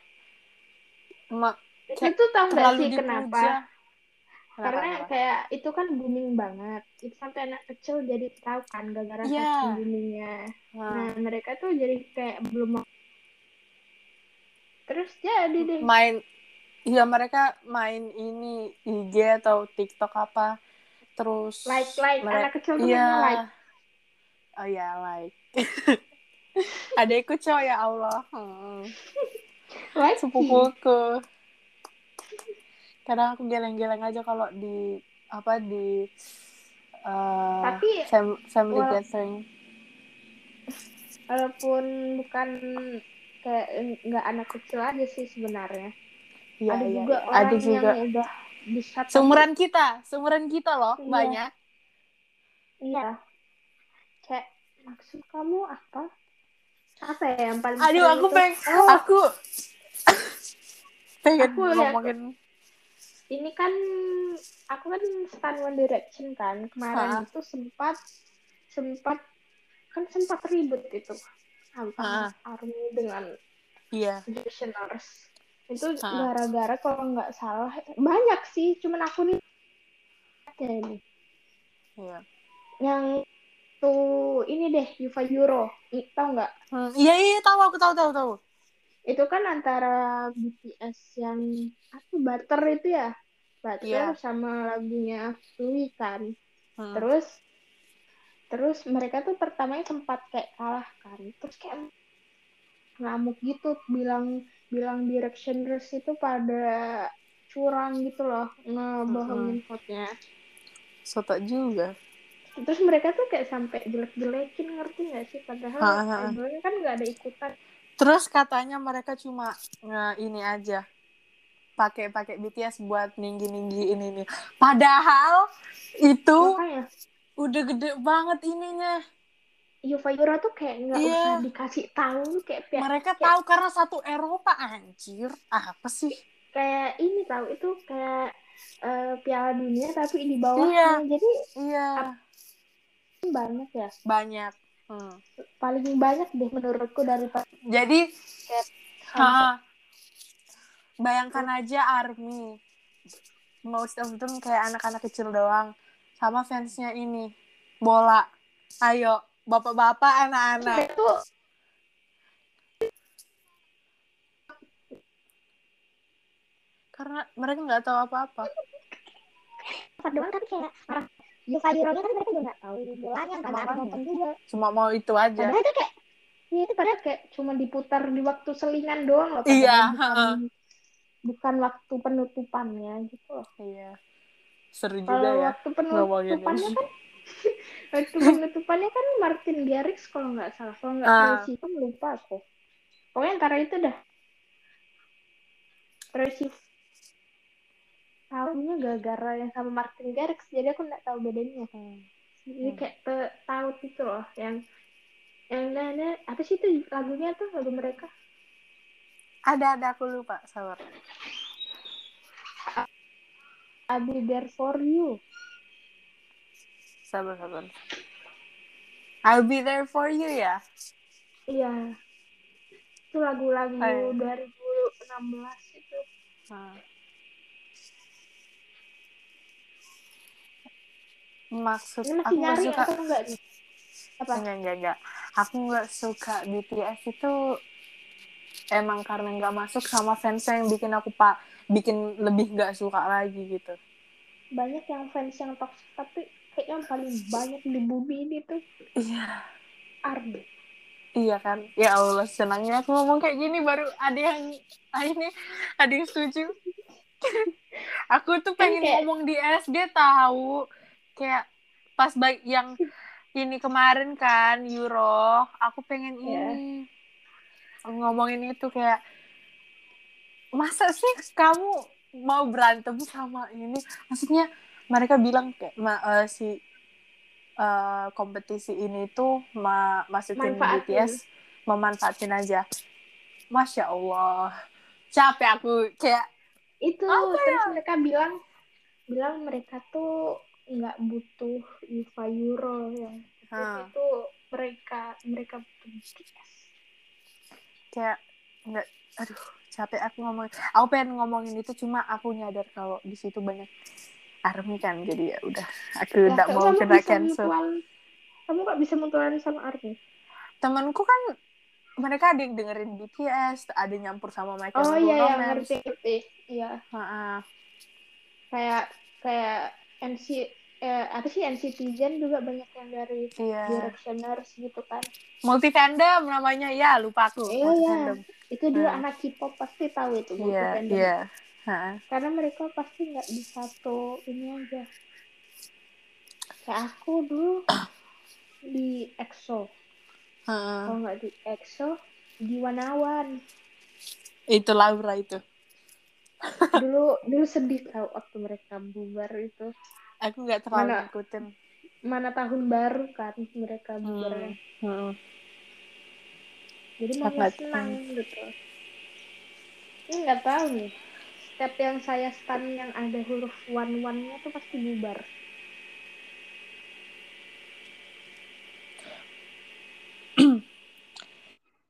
Speaker 2: ma Kayak
Speaker 1: Itu tau nggak
Speaker 2: terlalu
Speaker 1: sih
Speaker 2: dipuja
Speaker 1: kenapa?
Speaker 2: Kenapa,
Speaker 1: Karena
Speaker 2: kenapa?
Speaker 1: kayak itu kan booming banget. Itu sampai anak kecil jadi tahu kan gara-gara
Speaker 2: Iya.
Speaker 1: saking boomingnya.
Speaker 2: Hmm.
Speaker 1: Nah, mereka tuh jadi kayak belum mau. Terus jadi deh.
Speaker 2: iya, main ya mereka main ini IG atau TikTok apa terus
Speaker 1: Like like
Speaker 2: mere-
Speaker 1: anak kecil tuh
Speaker 2: Iya.
Speaker 1: namanya like.
Speaker 2: Oh ya, like. (laughs) Adekku cowok ya Allah. Hmm.
Speaker 1: Like.
Speaker 2: Sepupuku. Kadang aku geleng-geleng aja kalau di apa di eh,
Speaker 1: Tapi
Speaker 2: fam- family
Speaker 1: wal-
Speaker 2: gathering.
Speaker 1: walaupun bukan kayak nggak anak kecil aja sih sebenarnya.
Speaker 2: Iya,
Speaker 1: ada
Speaker 2: iya,
Speaker 1: juga
Speaker 2: iya.
Speaker 1: orang
Speaker 2: ada juga.
Speaker 1: yang ya. udah bisa tapi-
Speaker 2: Seumuran kita, seumuran kita loh,
Speaker 1: Iya.
Speaker 2: banyak.
Speaker 1: Iya. Kayak maksud kamu apa? Apa ya yang paling
Speaker 2: Aduh,
Speaker 1: sering
Speaker 2: aku
Speaker 1: itu,
Speaker 2: pengen
Speaker 1: "Oh,
Speaker 2: aku
Speaker 1: (laughs)
Speaker 2: pengen
Speaker 1: Aku lihat-
Speaker 2: ngomongin
Speaker 1: ini kan aku kan stan One Direction kan
Speaker 2: Ah.
Speaker 1: kemarin itu sempat sempat kan sempat ribut itu
Speaker 2: Ah.
Speaker 1: antara ARMY dengan
Speaker 2: iya.
Speaker 1: Directioners itu
Speaker 2: Ah.
Speaker 1: gara-gara kalau nggak salah banyak sih cuman aku nih ada ini
Speaker 2: Iya.
Speaker 1: yang tuh ini deh Yuva Euro I- tau nggak
Speaker 2: Hmm, iya, iya, tahu aku tahu tahu tahu.
Speaker 1: itu kan antara BTS yang apa Butter itu ya Butter sama lagunya Louis kan
Speaker 2: Hmm.
Speaker 1: terus terus mereka tuh pertamanya sempat kayak kalah kan terus kayak ngamuk gitu bilang bilang directioners itu pada curang gitu loh ngebohongin vote-nya
Speaker 2: Soto juga.
Speaker 1: terus mereka tuh kayak sampai jelek-jelekin ngerti nggak sih padahal
Speaker 2: Ha, ha, ha.
Speaker 1: idolnya kan nggak ada ikutan
Speaker 2: Terus katanya mereka cuma nge- ini aja pakai pakai BTS buat ninggi ninggi ini ini. Padahal itu
Speaker 1: makanya
Speaker 2: udah gede banget ininya.
Speaker 1: Yuva Yura tuh kayak nggak
Speaker 2: Iya.
Speaker 1: usah dikasih tahu kayak pihak
Speaker 2: Mereka tahu karena satu Eropa anjir. Apa sih?
Speaker 1: kayak ini tahu itu kayak eh, Piala Dunia tapi di
Speaker 2: Iya.
Speaker 1: bawahnya jadi
Speaker 2: Iya
Speaker 1: banyak ya
Speaker 2: banyak. Hmm.
Speaker 1: paling banyak deh menurutku dari
Speaker 2: Jadi ha, bayangkan aja ARMY most of them kayak anak-anak kecil doang sama fansnya ini bola ayo bapak-bapak anak-anak
Speaker 1: itu
Speaker 2: karena mereka nggak tahu apa-apa
Speaker 1: empat doang tapi kan kayak ah, marah Yuka Yuronya kan mereka juga nggak tahu bilangnya nggak ada
Speaker 2: Makanya.
Speaker 1: nonton juga
Speaker 2: cuma mau itu aja
Speaker 1: padahal itu kayak ya itu padahal kayak cuma diputar di waktu selingan doang loh
Speaker 2: Iya,
Speaker 1: padahal bukan, bukan waktu penutupannya gitu loh
Speaker 2: iya seru juga
Speaker 1: kalau
Speaker 2: ya
Speaker 1: waktu
Speaker 2: ngomongin
Speaker 1: penutupannya
Speaker 2: ini.
Speaker 1: kan (laughs) waktu penutupannya kan Martin Garrix kalau nggak salah kalau nggak
Speaker 2: Ah.
Speaker 1: Tracy itu lupa aku pokoknya antara itu dah Tracy tahunya gara-gara yang sama Martin Garrix jadi aku nggak tahu bedanya
Speaker 2: Hmm.
Speaker 1: jadi
Speaker 2: Hmm.
Speaker 1: kayak te- tahu gitu loh yang yang nana apa sih itu lagunya tuh lagu mereka
Speaker 2: ada ada aku lupa sabar
Speaker 1: I'll be there for you
Speaker 2: sabar sabar I'll be there for you ya
Speaker 1: iya itu lagu-lagu
Speaker 2: Ayo.
Speaker 1: 2016 itu Hmm.
Speaker 2: Nah. Maksud
Speaker 1: ini masih
Speaker 2: aku nggak
Speaker 1: nyari
Speaker 2: suka
Speaker 1: atau enggak nih apa
Speaker 2: enggak, enggak, enggak. Aku nggak suka BTS itu emang karena nggak masuk sama fansnya yang bikin aku pak bikin lebih nggak suka lagi gitu.
Speaker 1: banyak yang fans yang toxic tapi kayaknya yang paling banyak di bumi ini tuh
Speaker 2: Iya.
Speaker 1: Ardi
Speaker 2: Iya kan? Ya Allah senangnya aku ngomong kayak gini baru ada yang ah, ini ada yang setuju. (laughs) aku tuh pengen
Speaker 1: kayak-
Speaker 2: ngomong di SD tahu kayak pas baik yang ini kemarin kan Euro, aku pengen
Speaker 1: Iya.
Speaker 2: ini ngomongin itu kayak masa sih kamu mau berantem sama ini? Maksudnya mereka bilang kayak ma- eh, si eh, kompetisi ini tuh ma masukin
Speaker 1: Manfaatin.
Speaker 2: BTS memanfaatin aja. Masya Allah, capek aku kayak
Speaker 1: itu
Speaker 2: Apa ya?
Speaker 1: terus mereka bilang bilang mereka tuh nggak butuh Yuva Euro ya
Speaker 2: "Hah."
Speaker 1: itu mereka mereka butuh BTS
Speaker 2: kayak nggak aduh capek aku ngomongin aku pengen ngomongin itu cuma aku nyadar kalau di situ banyak army kan jadi ya udah aku
Speaker 1: Lah,
Speaker 2: nggak
Speaker 1: kok
Speaker 2: mau
Speaker 1: kamu
Speaker 2: kena
Speaker 1: bisa
Speaker 2: cancel
Speaker 1: mutual kamu nggak bisa mutualan sama Ardi
Speaker 2: temanku kan mereka ada yang dengerin BTS ada yang nyampur sama Michael
Speaker 1: oh iya ya
Speaker 2: Romance
Speaker 1: ngerti ngerti iya
Speaker 2: Heeh.
Speaker 1: kayak kayak MC eh, apa sih NCTzen juga banyak yang dari
Speaker 2: Iya.
Speaker 1: Directioners gitu kan.
Speaker 2: Multi fandom namanya ya, lupa aku.
Speaker 1: Iya,
Speaker 2: Multi
Speaker 1: iya.
Speaker 2: fandom.
Speaker 1: Itu dulu
Speaker 2: Hmm.
Speaker 1: anak K-pop pasti tahu itu
Speaker 2: Iya,
Speaker 1: multi-fandom.
Speaker 2: iya. Ha.
Speaker 1: Karena mereka pasti nggak di satu ini aja. Kayak aku dulu di EXO,
Speaker 2: Ha.
Speaker 1: kalau nggak di EXO di Wanawan.
Speaker 2: Itu Laura itu. (laughs)
Speaker 1: Dulu dulu sedih tau waktu mereka bubar itu.
Speaker 2: Aku nggak terlalu
Speaker 1: Mana?
Speaker 2: ngikutin.
Speaker 1: Mana tahun baru kan mereka bubarnya.
Speaker 2: Hmm. Hmm.
Speaker 1: Jadi
Speaker 2: Apa
Speaker 1: mama
Speaker 2: tuh?
Speaker 1: senang gitu. Ini nggak tahu nih. Setiap yang saya stan yang ada huruf one one nya tuh pasti bubar.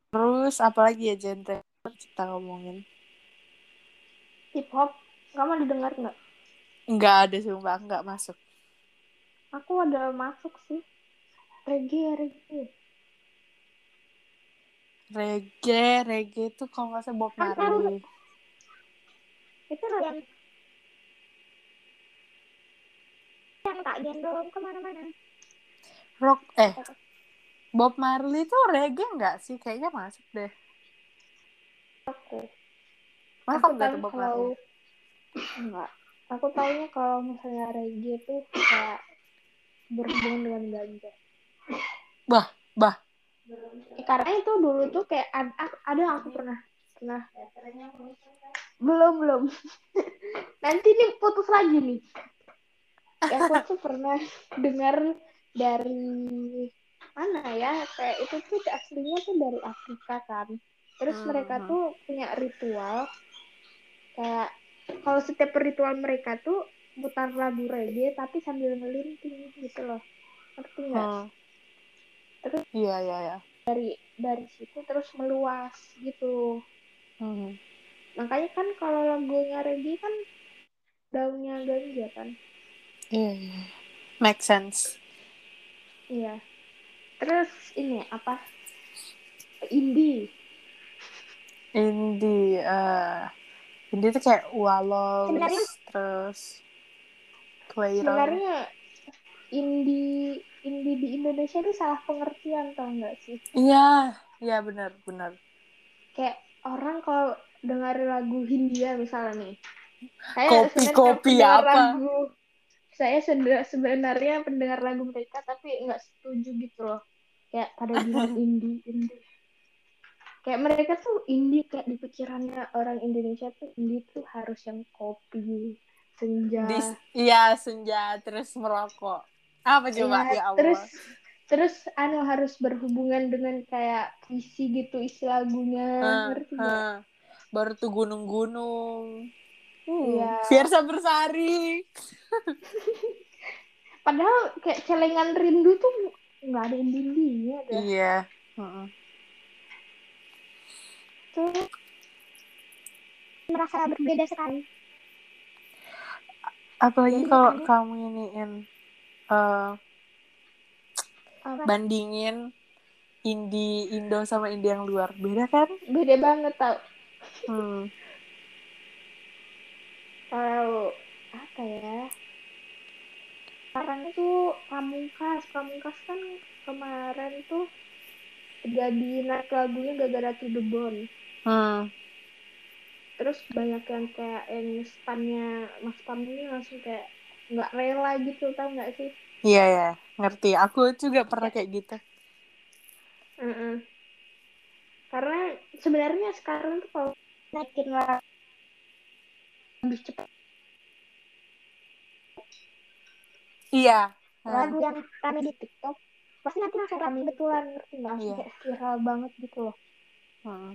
Speaker 2: Terus apalagi ya genre kita ngomongin?
Speaker 1: Hip hop, kamu didengar nggak?
Speaker 2: Nggak ada sumpah, nggak masuk.
Speaker 1: Aku ada masuk sih. Reggae, reggae.
Speaker 2: Reggae, reggae itu kalau nggak salah Bob
Speaker 1: Kan
Speaker 2: Marley.
Speaker 1: Itu yang yang tak gendong kemana-mana.
Speaker 2: Rock, eh. Bob Marley itu reggae nggak sih? Kayaknya masuk deh.
Speaker 1: Aku.
Speaker 2: Mana
Speaker 1: aku
Speaker 2: kamu nggak
Speaker 1: tahu
Speaker 2: tuh Bob
Speaker 1: kalau
Speaker 2: Marley?
Speaker 1: enggak. Aku taunya kalau misalnya reggae tuh kayak berhubungan dengan ganja.
Speaker 2: Bah, bah.
Speaker 1: Ya, karena itu dulu tuh kayak ad- a- ada yang aku pernah pernah belum belum (laughs) nanti nih putus lagi nih ya aku tuh pernah dengar dari mana ya kayak itu tuh aslinya tuh dari Afrika kan terus
Speaker 2: Hmm.
Speaker 1: mereka tuh punya ritual kayak kalau setiap ritual mereka tuh putar lagu reggae tapi sambil ngelinting gitu loh ngerti nggak
Speaker 2: Hmm.
Speaker 1: Iya. Terus-
Speaker 2: Iya, iya, iya.
Speaker 1: dari situ terus meluas gitu.
Speaker 2: Hmm.
Speaker 1: Makanya kan kalau lagunya reggae kan daunnya ganja kan.
Speaker 2: Iya, iya. Make sense.
Speaker 1: Iya. Terus ini apa? Indie.
Speaker 2: Indie, eh Indie tuh kayak Wallows,
Speaker 1: Sebenarnya-
Speaker 2: terus Quairon.
Speaker 1: Sebenarnya indie indie di Indonesia itu salah pengertian tau nggak sih?
Speaker 2: Iya, iya benar, benar.
Speaker 1: Kayak orang kalau dengar lagu Hindia misalnya nih. Saya
Speaker 2: Kopi,
Speaker 1: sebenarnya
Speaker 2: kopi
Speaker 1: pendengar
Speaker 2: apa?
Speaker 1: lagu saya sender- sebenarnya pendengar lagu mereka tapi nggak setuju gitu loh. Kayak
Speaker 2: (laughs)
Speaker 1: pada bilang indie, indie. Kayak mereka tuh indie kayak di pikirannya orang Indonesia tuh indie tuh harus yang kopi, senja.
Speaker 2: Dis- Iya, senja, terus merokok. Apa coba?
Speaker 1: Iya,
Speaker 2: Ya, Allah.
Speaker 1: terus terus anu harus berhubungan dengan kayak puisi gitu isi lagunya
Speaker 2: Eh,
Speaker 1: ngerti nggak?
Speaker 2: eh. Baru tuh gunung-gunung. Hmm.
Speaker 1: Iya.
Speaker 2: Fiersa Bersari.
Speaker 1: Padahal kayak celengan rindu tuh nggak ada indinya dah.
Speaker 2: Iya. Heeh.
Speaker 1: Tuh merasa berbeda sekali.
Speaker 2: Apalagi
Speaker 1: Jadi
Speaker 2: kalau
Speaker 1: makanya-
Speaker 2: kamu iniin eh,
Speaker 1: Apa?
Speaker 2: bandingin indie Indo sama indie yang luar. Beda kan?
Speaker 1: Beda banget tau.
Speaker 2: Hmm.
Speaker 1: Kalau apa ya? Sekarang tuh pamungkas, pamungkas kan kemarin tuh jadi naik lagunya gara-gara to the bone.
Speaker 2: Hmm.
Speaker 1: Terus banyak yang kayak yang stannya mas Pam ini langsung kayak nggak rela gitu tau nggak sih?
Speaker 2: Iya ya, ngerti. Aku juga pernah kayak gitu.
Speaker 1: Mm-mm. Karena sebenarnya sekarang tuh kalau naikin lah lebih cepat
Speaker 2: Iya.
Speaker 1: lagu yang rame di TikTok pasti nanti langsung rame betulan ngerti nggak? Langsung
Speaker 2: Iya.
Speaker 1: kayak viral banget gitu loh.
Speaker 2: Hmm.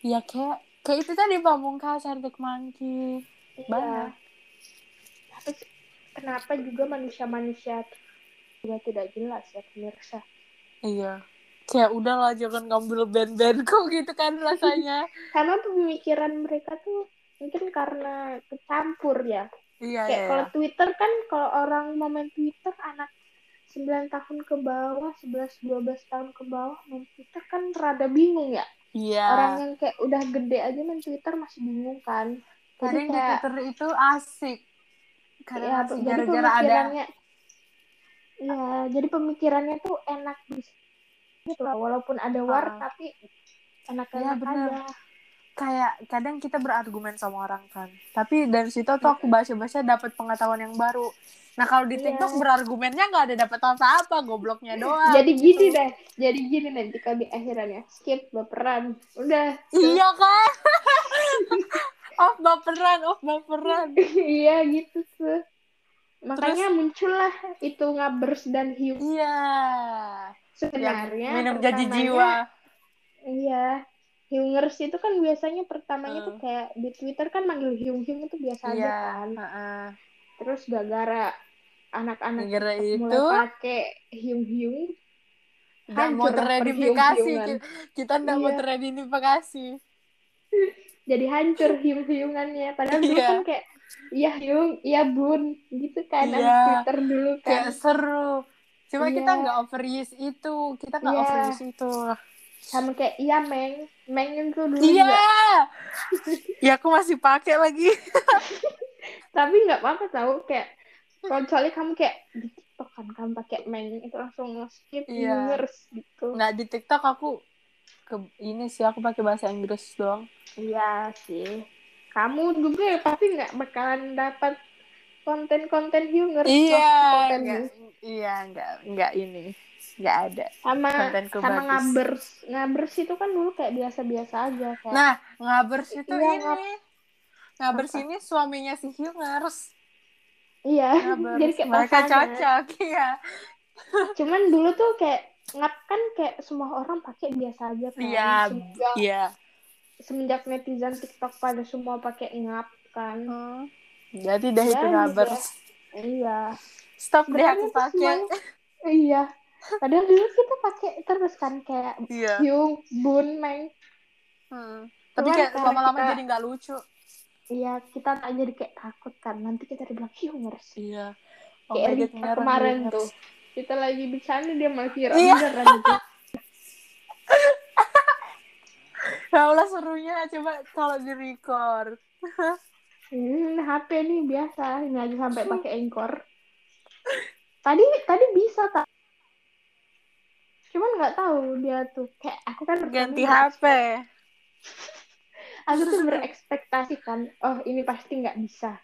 Speaker 2: Ya kayak kayak itu tadi pamungkas Arctic Monkey.
Speaker 1: Iya.
Speaker 2: Banyak.
Speaker 1: Tapi kenapa juga manusia-manusia juga tidak jelas ya pemirsa?
Speaker 2: Iya. Kayak udahlah jangan ngambil band-bandku (laughs) gitu kan rasanya.
Speaker 1: Karena pemikiran mereka tuh mungkin karena kecampur ya
Speaker 2: iya,
Speaker 1: kayak
Speaker 2: iya.
Speaker 1: kalau Twitter kan kalau orang mau main Twitter anak 9 tahun ke bawah, 11 12 tahun ke bawah main Twitter kan rada bingung ya.
Speaker 2: Iya.
Speaker 1: Orang yang kayak udah gede aja main Twitter masih bingung kan. Jadi
Speaker 2: Kadang di
Speaker 1: kayak
Speaker 2: Twitter itu asik.
Speaker 1: Ya,
Speaker 2: karena masih
Speaker 1: jadi
Speaker 2: gara-gara ada
Speaker 1: pemikirannya Iya, jadi pemikirannya tuh enak bis- gitu loh, walaupun ada war
Speaker 2: Ah.
Speaker 1: tapi enak-enak
Speaker 2: Iya, bener.
Speaker 1: aja.
Speaker 2: kayak kadang kita berargumen sama orang kan tapi dari situ tuh aku baca-baca dapat pengetahuan yang baru nah kalau di
Speaker 1: Iya.
Speaker 2: TikTok berargumennya nggak ada dapat apa-apa gobloknya
Speaker 1: (laughs)
Speaker 2: doang
Speaker 1: jadi
Speaker 2: gitu.
Speaker 1: gini deh, jadi gini nanti kami akhirannya skip baperan. Udah.
Speaker 2: iya kan (laughs) off baperan off baperan
Speaker 1: (laughs) iya gitu tuh. Makanya muncullah itu ngabers dan hiu
Speaker 2: iya Yang
Speaker 1: sebenarnya.
Speaker 2: Iya, minum jadi
Speaker 1: pertamanya-
Speaker 2: jiwa
Speaker 1: Iya. Hiungers itu kan biasanya pertamanya tuh
Speaker 2: Hmm.
Speaker 1: kayak di Twitter kan manggil hiung-hiung itu biasa aja
Speaker 2: Iya.
Speaker 1: kan.
Speaker 2: Heeh.
Speaker 1: Terus gara-gara anak-anak
Speaker 2: gara
Speaker 1: mulai
Speaker 2: Iya, itu
Speaker 1: pakai hiung-hiung
Speaker 2: nggak mau
Speaker 1: hancur
Speaker 2: teredifikasi
Speaker 1: perhiung-hiungan.
Speaker 2: kita nggak mau
Speaker 1: Iya.
Speaker 2: teredifikasi
Speaker 1: jadi
Speaker 2: (laughs)
Speaker 1: hancur hiung-hiungannya padahal dulu
Speaker 2: Iya.
Speaker 1: kan kayak iya hiung iya bun gitu kan ada
Speaker 2: Iya.
Speaker 1: Twitter dulu kan
Speaker 2: kayak seru cuma kita
Speaker 1: Iya.
Speaker 2: nggak overuse itu kita nggak
Speaker 1: Iya.
Speaker 2: overuse itu
Speaker 1: sama kayak iya meng meng itu dulu
Speaker 2: iya
Speaker 1: juga
Speaker 2: ya aku masih pakai lagi
Speaker 1: tapi nggak apa-apa tau kayak kecuali kamu kayak di TikTok kan kamu pakai meng itu langsung skip
Speaker 2: Iya.
Speaker 1: hiungers gitu
Speaker 2: nggak di TikTok aku ke ini sih aku pakai bahasa Inggris doang
Speaker 1: iya sih kamu juga ya pasti nggak bakalan dapat konten-konten hiungers
Speaker 2: iya
Speaker 1: konten
Speaker 2: nggak- iya nggak nggak ini nggak ada
Speaker 1: sama
Speaker 2: Kontenku
Speaker 1: sama
Speaker 2: bagus.
Speaker 1: ngabers ngabers itu kan dulu kayak biasa-biasa aja kayak
Speaker 2: Nah, ngabers itu
Speaker 1: Iya,
Speaker 2: ini ngabers
Speaker 1: Apa?
Speaker 2: ini suaminya si Hyungers
Speaker 1: iya (laughs)
Speaker 2: ngabers
Speaker 1: jadi kayak
Speaker 2: mereka
Speaker 1: pasangan.
Speaker 2: cocok iya
Speaker 1: cuman dulu tuh kayak ngap kan kayak semua orang pakai biasa aja kan
Speaker 2: Iya.
Speaker 1: semenjak,
Speaker 2: iya
Speaker 1: semenjak netizen TikTok pada semua pakai ngap kan
Speaker 2: Hmm. jadi deh itu
Speaker 1: Ya,
Speaker 2: ngabers
Speaker 1: iya
Speaker 2: stop deh
Speaker 1: Padahal
Speaker 2: aku
Speaker 1: itu
Speaker 2: pakai
Speaker 1: semuanya- iya padahal dulu kita pakai terus kan kayak
Speaker 2: iya
Speaker 1: Hyung, Bun, Meng
Speaker 2: Hmm. Tapi
Speaker 1: Cuman
Speaker 2: kayak
Speaker 1: karena
Speaker 2: lama-lama
Speaker 1: kita-
Speaker 2: jadi nggak lucu.
Speaker 1: Iya, kita tak jadi kayak takut kan. Nanti kita dibilang Hyungers.
Speaker 2: Iya.
Speaker 1: kayak Rika kemarin tuh kita lagi di sana dia malah kira
Speaker 2: Iya.
Speaker 1: beneran gitu.
Speaker 2: Ya Allah serunya coba kalau di record.
Speaker 1: Hmm, HP nih biasa ini aja sampai pakai engkor tadi tadi bisa tak cuman nggak tahu dia tuh kayak aku kan pertama
Speaker 2: Ganti
Speaker 1: ber-
Speaker 2: HP.
Speaker 1: aku
Speaker 2: (laughs)
Speaker 1: tuh berekspektasi kan oh ini pasti nggak bisa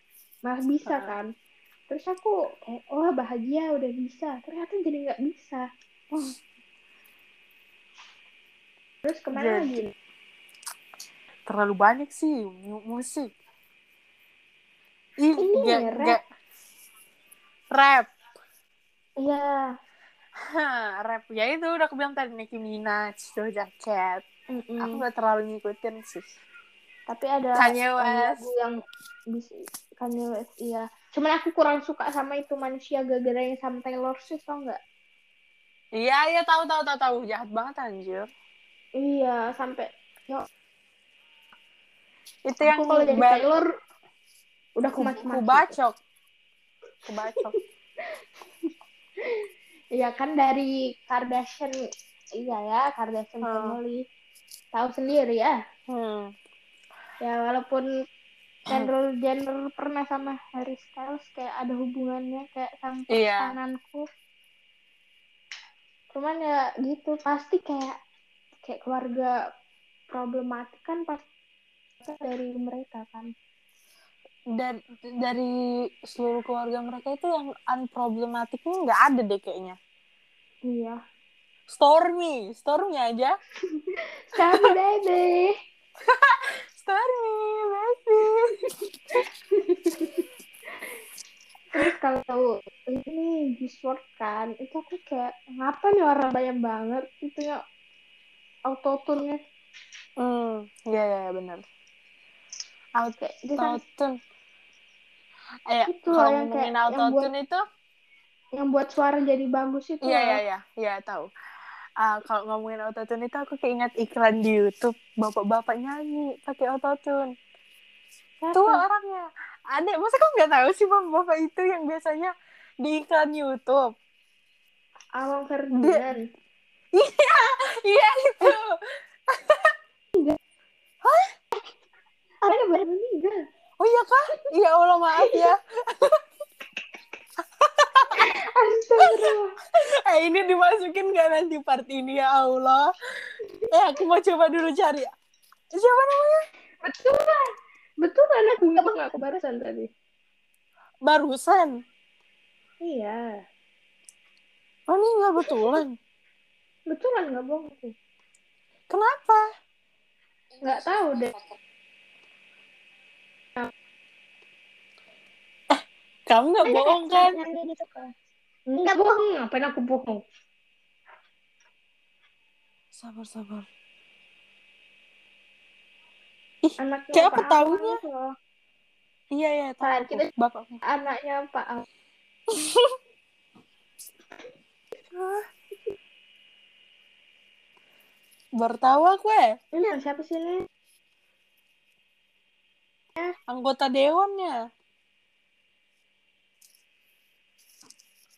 Speaker 1: malah bisa
Speaker 2: Ah.
Speaker 1: kan terus aku eh, wah bahagia udah bisa ternyata jadi nggak bisa Oh. terus
Speaker 2: Jadi-
Speaker 1: kemana lagi
Speaker 2: Terlalu banyak sih mu- musik.
Speaker 1: Ini
Speaker 2: Ih, nggak-
Speaker 1: rap.
Speaker 2: nggak- Rap.
Speaker 1: iya
Speaker 2: Hah, rap. Ya itu udah aku bilang tadi Nicki Minaj, Doja Cat.
Speaker 1: mm-mm.
Speaker 2: Aku nggak terlalu ngikutin sih.
Speaker 1: tapi ada
Speaker 2: Kanye
Speaker 1: yang
Speaker 2: West.
Speaker 1: lagu yang bisa Kanye West iya cuman aku kurang suka sama itu manusia gara-gara yang sama Taylor Swift tau nggak
Speaker 2: Iya, iya tahu tahu tahu tahu jahat banget anjir.
Speaker 1: iya sampai
Speaker 2: Itu
Speaker 1: aku
Speaker 2: yang
Speaker 1: kalau jadi
Speaker 2: ba-
Speaker 1: Taylor udah aku
Speaker 2: ku-
Speaker 1: mati-mati
Speaker 2: kubacok. Kubacok.
Speaker 1: iya kan dari Kardashian iya ya Kardashian
Speaker 2: Hmm.
Speaker 1: family tahu sendiri ya
Speaker 2: Hmm.
Speaker 1: ya walaupun Kendall Jenner pernah sama Harry Styles kayak ada hubungannya kayak sampai
Speaker 2: Iya.
Speaker 1: kananku cuman ya gitu pasti kayak kayak keluarga problematik kan pasti dari mereka kan
Speaker 2: Dan dari seluruh keluarga mereka itu yang unproblematiknya nggak ada deh kayaknya.
Speaker 1: iya
Speaker 2: Stormy, Stormy aja.
Speaker 1: Sorry baby
Speaker 2: Stormy, masih.
Speaker 1: terus kalau "Oh, ini di short kan itu aku kayak ngapa nih orang banyak banget itunya autotune-nya
Speaker 2: Hmm, iya iya ya, benar.
Speaker 1: kayak dia kan
Speaker 2: Autotune. Eh,
Speaker 1: Itu loh,
Speaker 2: kalau
Speaker 1: yang
Speaker 2: ngomongin
Speaker 1: kayak- yang
Speaker 2: autotune itu,
Speaker 1: yang buat suara jadi bagus itu
Speaker 2: iya
Speaker 1: loh.
Speaker 2: iya iya, iya tahu. Ah, kalau ngomongin autotune itu aku keinget iklan di YouTube bapak-bapak nyanyi pakai autotune.
Speaker 1: Siapa?
Speaker 2: tua orangnya aneh masa kamu nggak tahu sih bapak bapak itu yang biasanya di iklan YouTube (laughs)
Speaker 1: Awang Ferdinand
Speaker 2: iya itu
Speaker 1: ada baru meninggal
Speaker 2: oh iya kah iya Allah maaf ya Eh, ini dimasukin gak nanti part ini ya Allah. Eh, aku mau coba dulu cari. Siapa namanya?
Speaker 1: Betulan. Betulan aku ngomong aku barusan tadi.
Speaker 2: Barusan.
Speaker 1: Iya.
Speaker 2: Oh, ini gak betulan.
Speaker 1: Betulan nggak bohong aku.
Speaker 2: Kenapa?
Speaker 1: Nggak tahu deh.
Speaker 2: Kamu gak bohong kan?
Speaker 1: Nggak bohong. Ngapain aku bohong?
Speaker 2: Sabar, sabar.
Speaker 1: Anaknya
Speaker 2: Kayak
Speaker 1: Pak
Speaker 2: aku tahunya.
Speaker 1: Ahmad loh.
Speaker 2: Iya, iya. tahu
Speaker 1: Sabar,
Speaker 2: aku.
Speaker 1: kita-
Speaker 2: Bapak.
Speaker 1: Anaknya Pak Ahmad.
Speaker 2: Baru tahu aku ya.
Speaker 1: Ini yang siapa sih ini?
Speaker 2: Anggota dewannya.